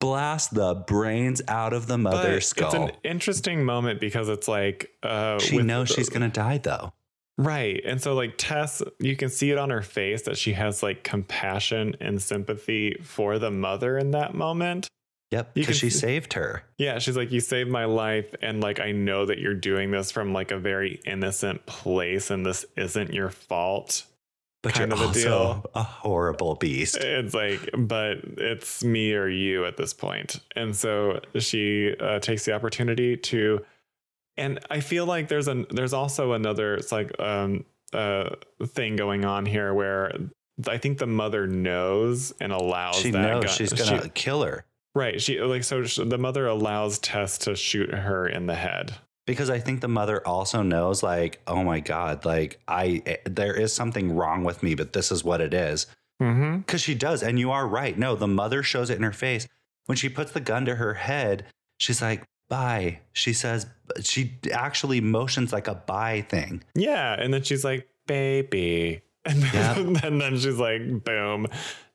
S2: Blast the brains out of the
S1: But
S2: mother's skull.
S1: it's an interesting moment because it's like uh
S2: She
S1: with
S2: knows
S1: the-
S2: she's gonna die though.
S1: Right. And so like Tess, you can see it on her face that she has like compassion and sympathy for the mother in that moment.
S2: Yep,
S1: You
S2: because
S1: can-
S2: she saved her.
S1: Yeah, she's like, You saved my life, and like I know that you're doing this from like a very innocent place and this isn't your fault.
S2: But
S1: Kind
S2: you're
S1: of a
S2: also
S1: deal.
S2: a horrible beast.
S1: It's like, but it's me or you at this point. And so she uh, takes the opportunity to, and I feel like there's an there's also another it's like um uh thing going on here where I think the mother knows and allows
S2: She
S1: that
S2: knows
S1: gun-
S2: she's
S1: she-
S2: gonna kill her
S1: right she like so sh the mother allows Tess to shoot her in the head.
S2: because I think the mother also knows, like, oh my god, like I eh, there is something wrong with me, but this is what it is.
S1: Mm-hmm.
S2: Because she does, and you are right. No, the mother shows it in her face when she puts the gun to her head. She's like, "Bye." She says she actually motions like a bye thing.
S1: Yeah, and then she's like, "Baby," and then, and then she's like, "Boom,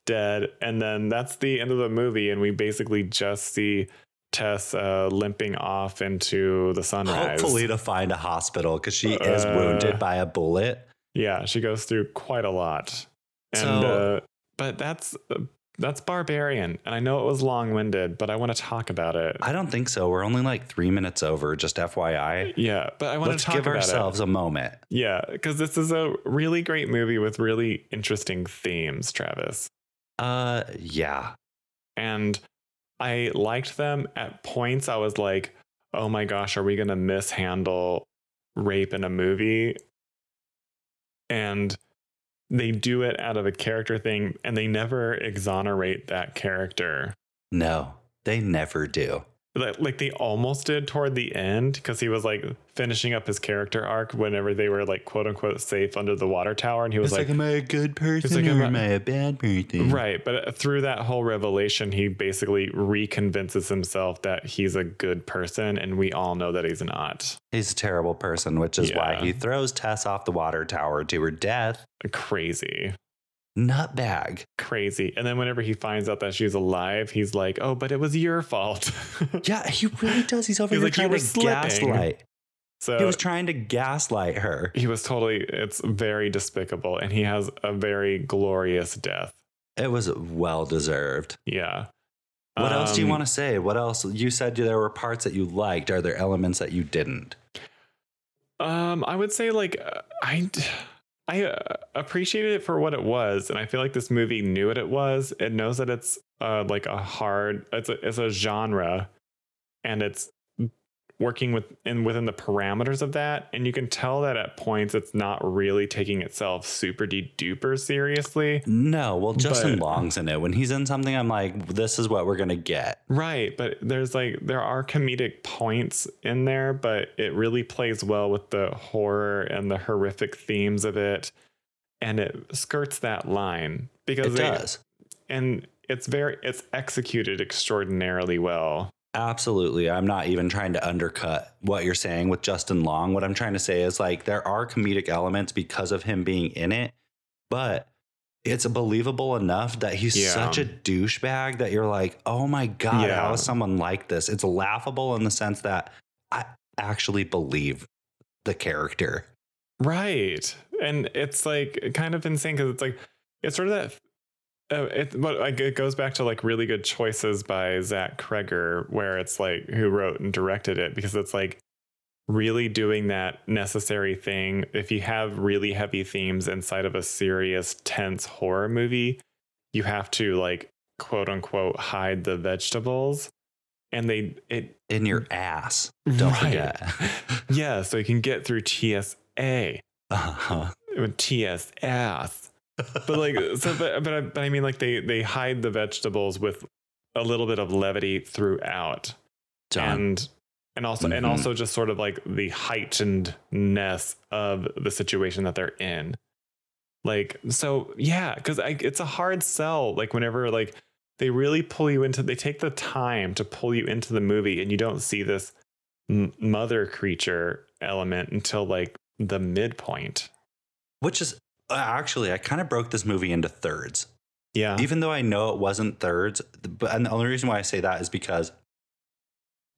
S1: dead." And then that's the end of the movie, and we basically just see Tess uh, limping off into the sunrise.
S2: Hopefully, to find a hospital because she is
S1: Uh,
S2: wounded by a bullet.
S1: yeah, she goes through quite a lot, and
S2: So-
S1: uh, but that's uh, that's barbarian, and I know it was long winded, but I want to talk about it.
S2: I don't think so. We're only like three minutes over, just FYI.
S1: yeah, but I want to
S2: Let's
S1: talk
S2: give
S1: about it.
S2: ourselves a moment.
S1: Yeah, because this is a really great movie with really interesting themes, Travis.
S2: Uh, yeah.
S1: and I liked them at points. I was like, oh my gosh, are we going to mishandle rape in a movie? And they do it out of a character thing and they never exonerate that character.
S2: No, they never do.
S1: Like, like they almost did toward the end because he was like finishing up his character arc whenever they were like quote unquote safe under the water tower. And he was like,
S2: am I a good person
S1: like, am I-
S2: a bad person?
S1: Right, but uh, through that whole revelation, he basically reconvinces himself that he's a good person, and we all know that he's not.
S2: He's a terrible person, which is
S1: Yeah.
S2: why he throws Tess off the water tower to her death.
S1: Crazy.
S2: nutbag.
S1: Crazy. And then whenever he finds out that she's alive, he's like, "Oh, but it was your fault."
S2: Yeah, he really does. He's over
S1: He's
S2: here
S1: like, you
S2: trying
S1: were
S2: to
S1: slipping. Uh,
S2: gaslight.
S1: So
S2: He was trying to gaslight her.
S1: he was totally. It's very despicable, and he has a very glorious death.
S2: It was well deserved.
S1: Yeah. Um,
S2: What else do you want to say? What else? You said there were parts that you liked. Are there elements that you didn't?
S1: to? Um, I would say like uh, I. I uh, appreciated it for what it was, and I feel like this movie knew what it was. It knows that it's uh, like a hard, it's a, it's a genre, and it's working with and within the parameters of that. And you can tell that at points it's not really taking itself super de duper seriously.
S2: No. Well, Justin
S1: But-
S2: Long's in it. When he's in something, I'm like, this is what we're gonna get.
S1: Right, but there's like there are comedic points in there, but it really plays well with the horror and the horrific themes of it, and it skirts that line because
S2: It does.
S1: and it's very it's executed extraordinarily well.
S2: Absolutely. I'm not even trying to undercut what you're saying with Justin Long. What I'm trying to say is like there are comedic elements because of him being in it, but it's believable enough that he's
S1: Yeah.
S2: such a douchebag that you're like, oh my God,
S1: Yeah.
S2: how is someone like this? It's laughable in the sense that I actually believe the character.
S1: Right, and it's like kind of insane because it's like it's sort of that. Uh, it but like it goes back to like really good choices by Zach Kreger, where it's like who wrote and directed it because it's like really doing that necessary thing. If you have really heavy themes inside of a serious, tense horror movie, you have to like quote unquote hide the vegetables, and they it
S2: In your ass. Don't forget.
S1: yeah, so you can get through TSA
S2: Uh-huh.
S1: with TS ass. But like, so, but, but, I, but I mean, like they they hide the vegetables with a little bit of levity throughout,
S2: John,
S1: and and also and
S2: Mhm.
S1: also just sort of like the heightenedness of the situation that they're in. Like, so yeah, because it's a hard sell. Like whenever like they really pull you into, they take the time to pull you into the movie, and you don't see this m- mother creature element until like the midpoint.
S2: which is uh, actually, I kind of broke this movie into thirds.
S1: Yeah.
S2: even though I know it wasn't thirds, but and the only reason why I say that is because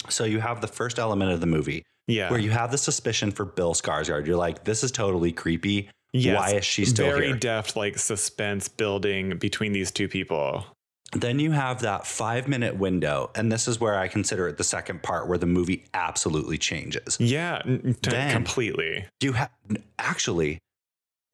S2: so you have the first element of the movie
S1: Yeah.
S2: where you have the suspicion for Bill Skarsgård. You're like, this is totally creepy.
S1: yes.
S2: Why is she still
S1: Very
S2: here?
S1: deft, like suspense building between these two people.
S2: then you have that five minute window, and this is where I consider it the second part where the movie absolutely changes.
S1: Yeah, n- t-
S2: Then-
S1: completely.
S2: You have actually,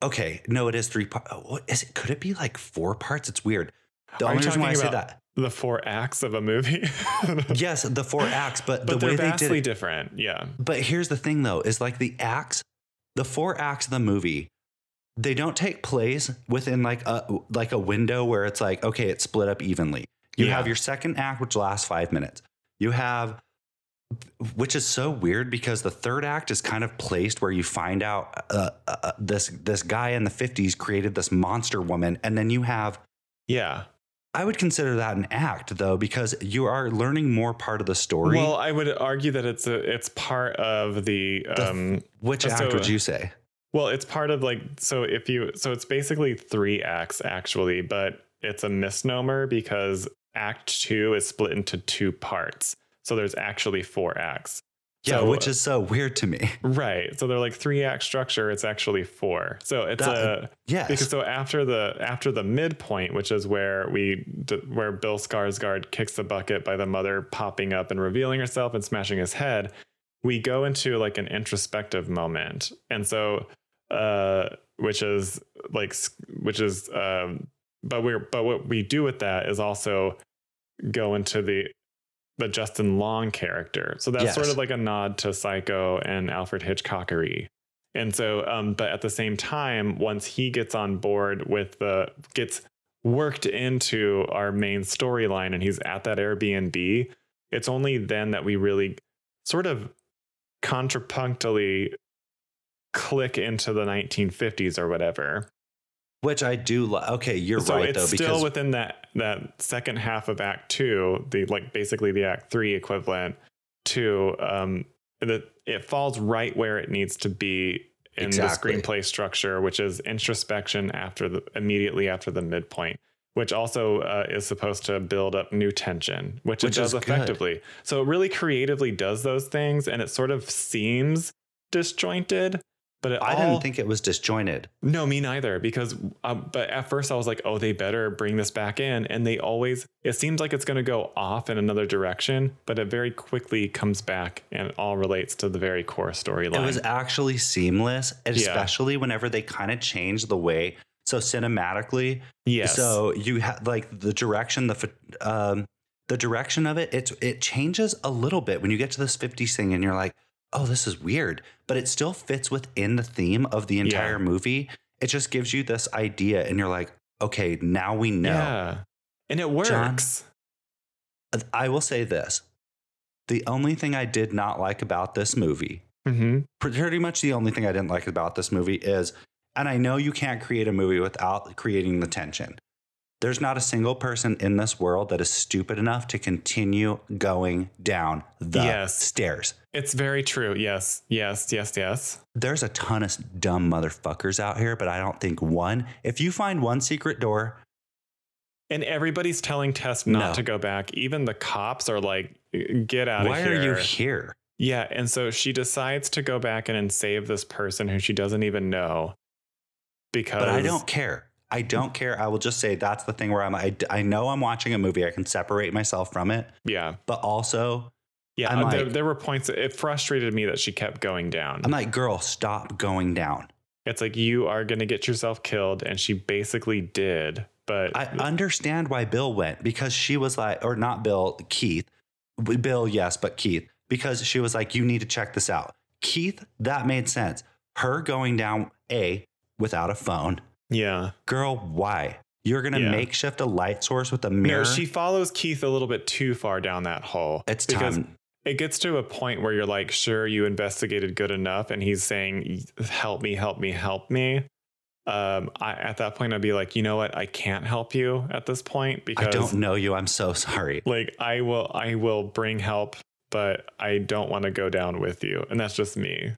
S2: okay, no, it is three parts. What is it? Could it be like four parts? It's weird. The
S1: Are you
S2: only reason why I
S1: talking
S2: say
S1: about-
S2: that,
S1: The four acts of a movie.
S2: yes, the four acts, but,
S1: but
S2: the
S1: they're
S2: way they did
S1: vastly
S2: it,
S1: different. Yeah.
S2: But here's the thing though, is like the acts, the four acts of the movie, they don't take place within like a like a window where it's like, okay, it's split up evenly. You
S1: Yeah.
S2: have your second act, which lasts five minutes. You have which is so weird because the third act is kind of placed where you find out uh, uh, uh, this this guy in the 50s created this monster woman and then you have
S1: Yeah.
S2: I would consider that an act though because you are learning more part of the story.
S1: Well, I would argue that it's a it's part of the
S2: The-
S1: um
S2: Which
S1: so-
S2: act would you say?
S1: well, it's part of like so if you so it's basically three acts actually, but it's a misnomer because act 2 is split into two parts. So there's actually four acts.
S2: Yeah,
S1: So- uh,
S2: which is so weird to me.
S1: Right. So they're like three act structure. It's actually four. So it's
S2: That-
S1: a
S2: Yes.
S1: because so after the after the midpoint, which is where we d- where Bill Skarsgård kicks the bucket by the mother popping up and revealing herself and smashing his head, we go into like an introspective moment, and so uh, which is like s- which is um, but we're but what we do with that is also go into the the Justin Long character. So that's
S2: Yes.
S1: sort of like a nod to Psycho and Alfred Hitchcockery. And so, um, but at the same time, once he gets on board with the gets worked into our main storyline and he's at that Airbnb, it's only then that we really sort of contrapunctally click into the 1950s or whatever.
S2: Which I do like. Okay, you're
S1: so
S2: right
S1: it's
S2: though
S1: still
S2: because
S1: within that that second half of Act Two, the like basically the Act Three equivalent to um, the it falls right where it needs to be in
S2: Exactly.
S1: the screenplay structure, which is introspection after the immediately after the midpoint, which also uh, is supposed to build up new tension, which,
S2: Which
S1: it does
S2: is good.
S1: effectively. So it really creatively does those things, and it sort of seems disjointed. But it
S2: I
S1: all,
S2: didn't think it was disjointed.
S1: no, me neither. Because, um, but at first I was like, oh, they better bring this back in. And they always, it seems like it's going to go off in another direction, but it very quickly comes back and it all relates to the very core storyline.
S2: It was actually seamless, especially whenever they kind of changed the way. So cinematically,
S1: yes.
S2: so you have like the direction, the ph- um, the direction of it. It's it changes a little bit when you get to this 50s thing, and you're like, oh, this is weird, but it still fits within the theme of the entire movie. It just gives you this idea, and you're like, okay, now we know.
S1: Yeah. And it works.
S2: John? I will say this: the only thing I did not like about this movie
S1: hmm
S2: pretty much the only thing I didn't like about this movie is, and I know you can't create a movie without creating the tension. There's not a single person in this world that is stupid enough to continue going down the
S1: Yes.
S2: stairs.
S1: It's very true. Yes. Yes. Yes. Yes.
S2: There's a ton of dumb motherfuckers out here, but I don't think one. If you find one secret door,
S1: And everybody's telling Tess not
S2: No.
S1: to go back. Even the cops are like, get out
S2: why
S1: of here.
S2: are you here?
S1: Yeah, and so she decides to go back in and save this person who she doesn't even know. Because
S2: But I don't care. I don't care. I will just say that's the thing where I'm. I, I know I'm watching a movie. I can separate myself from it,
S1: Yeah,
S2: but also
S1: yeah.
S2: I'm
S1: uh, there,
S2: like-
S1: there were points. It frustrated me that she kept going down.
S2: I'm like, girl, stop going down.
S1: it's like you are going to get yourself killed, and she basically did. But
S2: I understand why Bill went because she was like, or not Bill, Keith. B- Bill, yes, but Keith, because she was like, you need to check this out. Keith, that made sense. Her going down A without a phone.
S1: yeah,
S2: Girl, why? You're going to
S1: Yeah.
S2: makeshift a light source with a mirror?
S1: no, she follows Keith a little bit too far down that hole.
S2: it's
S1: because
S2: time.
S1: it gets to a point where you're like, sure, you investigated good enough, and he's saying, "Help me, help me, help me." Um, I, at that point, I'd be like, you know what, I can't help you at this point
S2: I
S1: because
S2: don't know you. I'm so sorry.
S1: like I will, I will bring help, but I don't want to go down with you, and that's just me.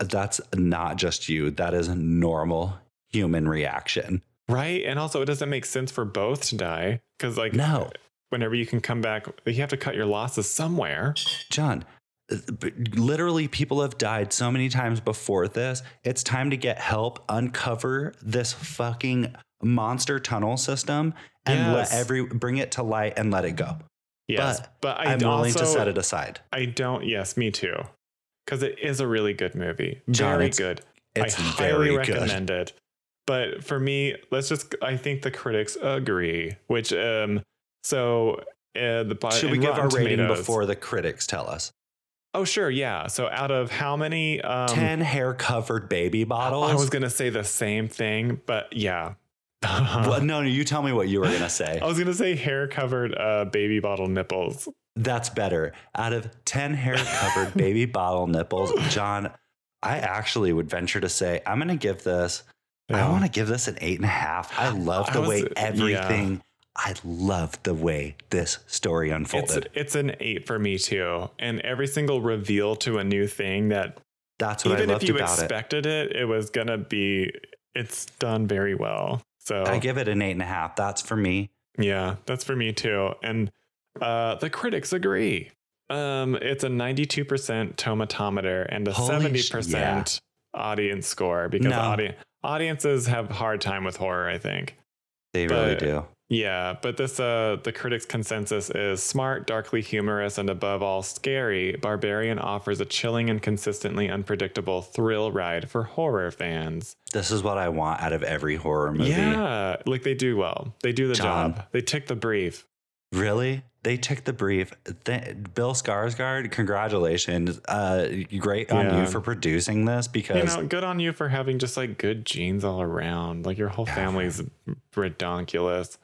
S2: That's not just you. That is a normal human reaction.
S1: Right, and also it doesn't make sense for both to die because, like,
S2: No.
S1: whenever you can come back, you have to cut your losses somewhere.
S2: John, uh, b- literally, people have died so many times before this. It's time to get help, uncover this fucking monster tunnel system, and
S1: Yes.
S2: let every bring it to light and let it go.
S1: Yes, but, I
S2: I am
S1: also,
S2: willing to set it aside.
S1: I don't. Yes, me too. Because it is a really good movie.
S2: John,
S1: very
S2: it's-
S1: good.
S2: It's
S1: I highly
S2: very good.
S1: recommend it. But for me, let's just. I think the critics agree. Which um. So uh, the bo-
S2: Should we
S1: in
S2: give our
S1: Rotten
S2: rating
S1: Tomatoes-
S2: before the critics tell us?
S1: Oh sure, yeah. So out of how many? Um,
S2: Ten hair covered baby bottles.
S1: I was gonna say the same thing, but yeah. uh,
S2: Well, no, no, you tell me what you were gonna say.
S1: I was gonna say hair covered uh, baby bottle nipples.
S2: That's better. Out of 10 hair covered baby bottle nipples, John, I actually would venture to say I'm going to give this, I want to give this an eight and a half. I love
S1: I
S2: the
S1: was-
S2: way
S1: yeah.
S2: everything, I love the way this story
S1: It's,
S2: unfolded.
S1: it's an eight for me too, and every single reveal to a new thing that
S2: That's what I
S1: even if
S2: loved
S1: you
S2: about it.
S1: expected it. it, was gonna be. It's done very well. So
S2: I give it an eight and a half. That's for me.
S1: yeah, that's for me too. And uh, the critics agree. Um, it's a 92% tomatometer and a
S2: Holy sh-
S1: 70% audience score because
S2: No.
S1: audi- audiences have a hard time with horror, I think.
S2: They really
S1: But-
S2: do.
S1: Yeah, but this uh the critics' consensus is smart, darkly humorous, and above all scary. Barbarian offers a chilling and consistently unpredictable thrill ride for horror fans.
S2: This is what I want out of every horror movie.
S1: Yeah, like they do well. They do the
S2: John.
S1: job. They tick the brief.
S2: Really? They took the brief. Th- Bill Skarsgård, congratulations. Uh, great on
S1: Yeah.
S2: you for producing this because
S1: You know, good on you for having just like good genes all around. Like your whole
S2: Yeah.
S1: family's redonkulous.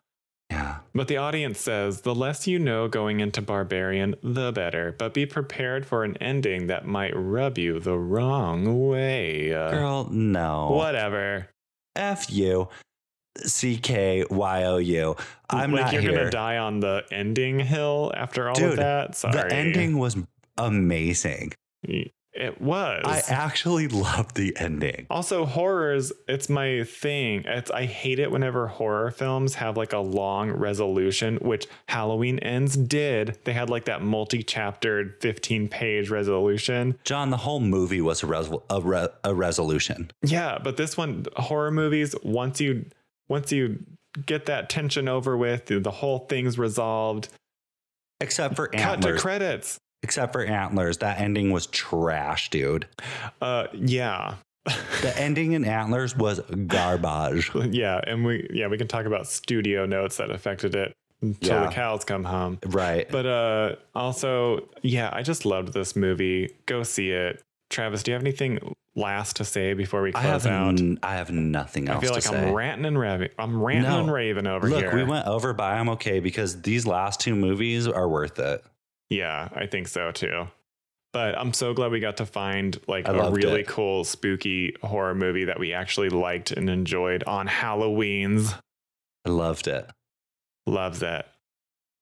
S2: yeah.
S1: But the audience says the less you know going into Barbarian, the better. But be prepared for an ending that might rub you the wrong way. Uh,
S2: Girl, no.
S1: Whatever.
S2: F you. C K Y O U. I'm
S1: like
S2: not
S1: you're
S2: here.
S1: gonna die on the ending hill after all
S2: Dude,
S1: of that. Sorry.
S2: The ending was amazing.
S1: It was.
S2: I actually love the ending.
S1: also, horrors, it's my thing. It's I hate it whenever horror films have like a long resolution, which Halloween Ends did. They had like that multi-chaptered 15-page resolution.
S2: John, the whole movie was a, resol- a, re- a resolution.
S1: Yeah, but this one horror movies once you once you get that tension over with, the whole thing's resolved.
S2: Except for
S1: Cut to
S2: antlers.
S1: credits.
S2: Except for antlers. That ending was trash, dude.
S1: Uh yeah.
S2: The ending in antlers was garbage.
S1: Yeah, and we yeah, we can talk about studio notes that affected it until
S2: Yeah.
S1: the cows come home.
S2: right.
S1: But uh also, yeah, I just loved this movie. Go see it. Travis, do you have anything last to say before we
S2: I
S1: close
S2: have
S1: out?
S2: n- I have nothing else
S1: I feel like
S2: to
S1: I'm
S2: say.
S1: ranting and raving. I'm ranting
S2: No.
S1: and raving over
S2: Look,
S1: here.
S2: we went over by I'm okay because these last two movies are worth it.
S1: Yeah, I think so too. But I'm so glad we got to find like
S2: I
S1: a
S2: loved
S1: really
S2: it.
S1: cool spooky horror movie that we actually liked and enjoyed on Halloween's.
S2: I loved it.
S1: Loves it.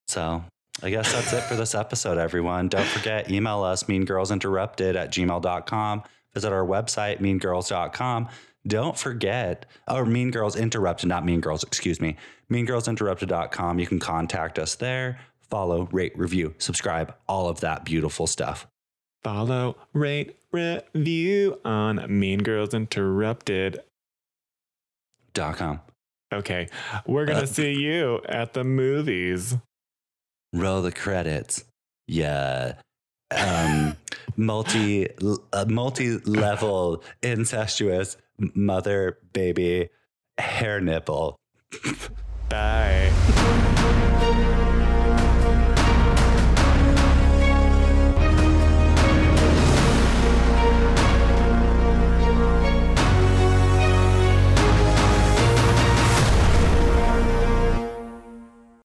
S2: So I guess that's it for this episode, everyone. Don't forget, email us meangirlsinterrupted at gmail.com. Visit our website, meangirls.com. Don't forget, or Mean Girls Interrupted, not Mean Girls, excuse me, meangirlsinterrupted.com. You can contact us there. Follow, rate, review, subscribe, all of that beautiful stuff.
S1: Follow, rate, review on Mean Girls Interrupted.
S2: Dot com.
S1: Okay, we're gonna
S2: Uh.
S1: see you at the movies.
S2: Roll the credits. Yeah. Um, multi, uh, multi-level incestuous mother baby hair nipple.
S1: Bye.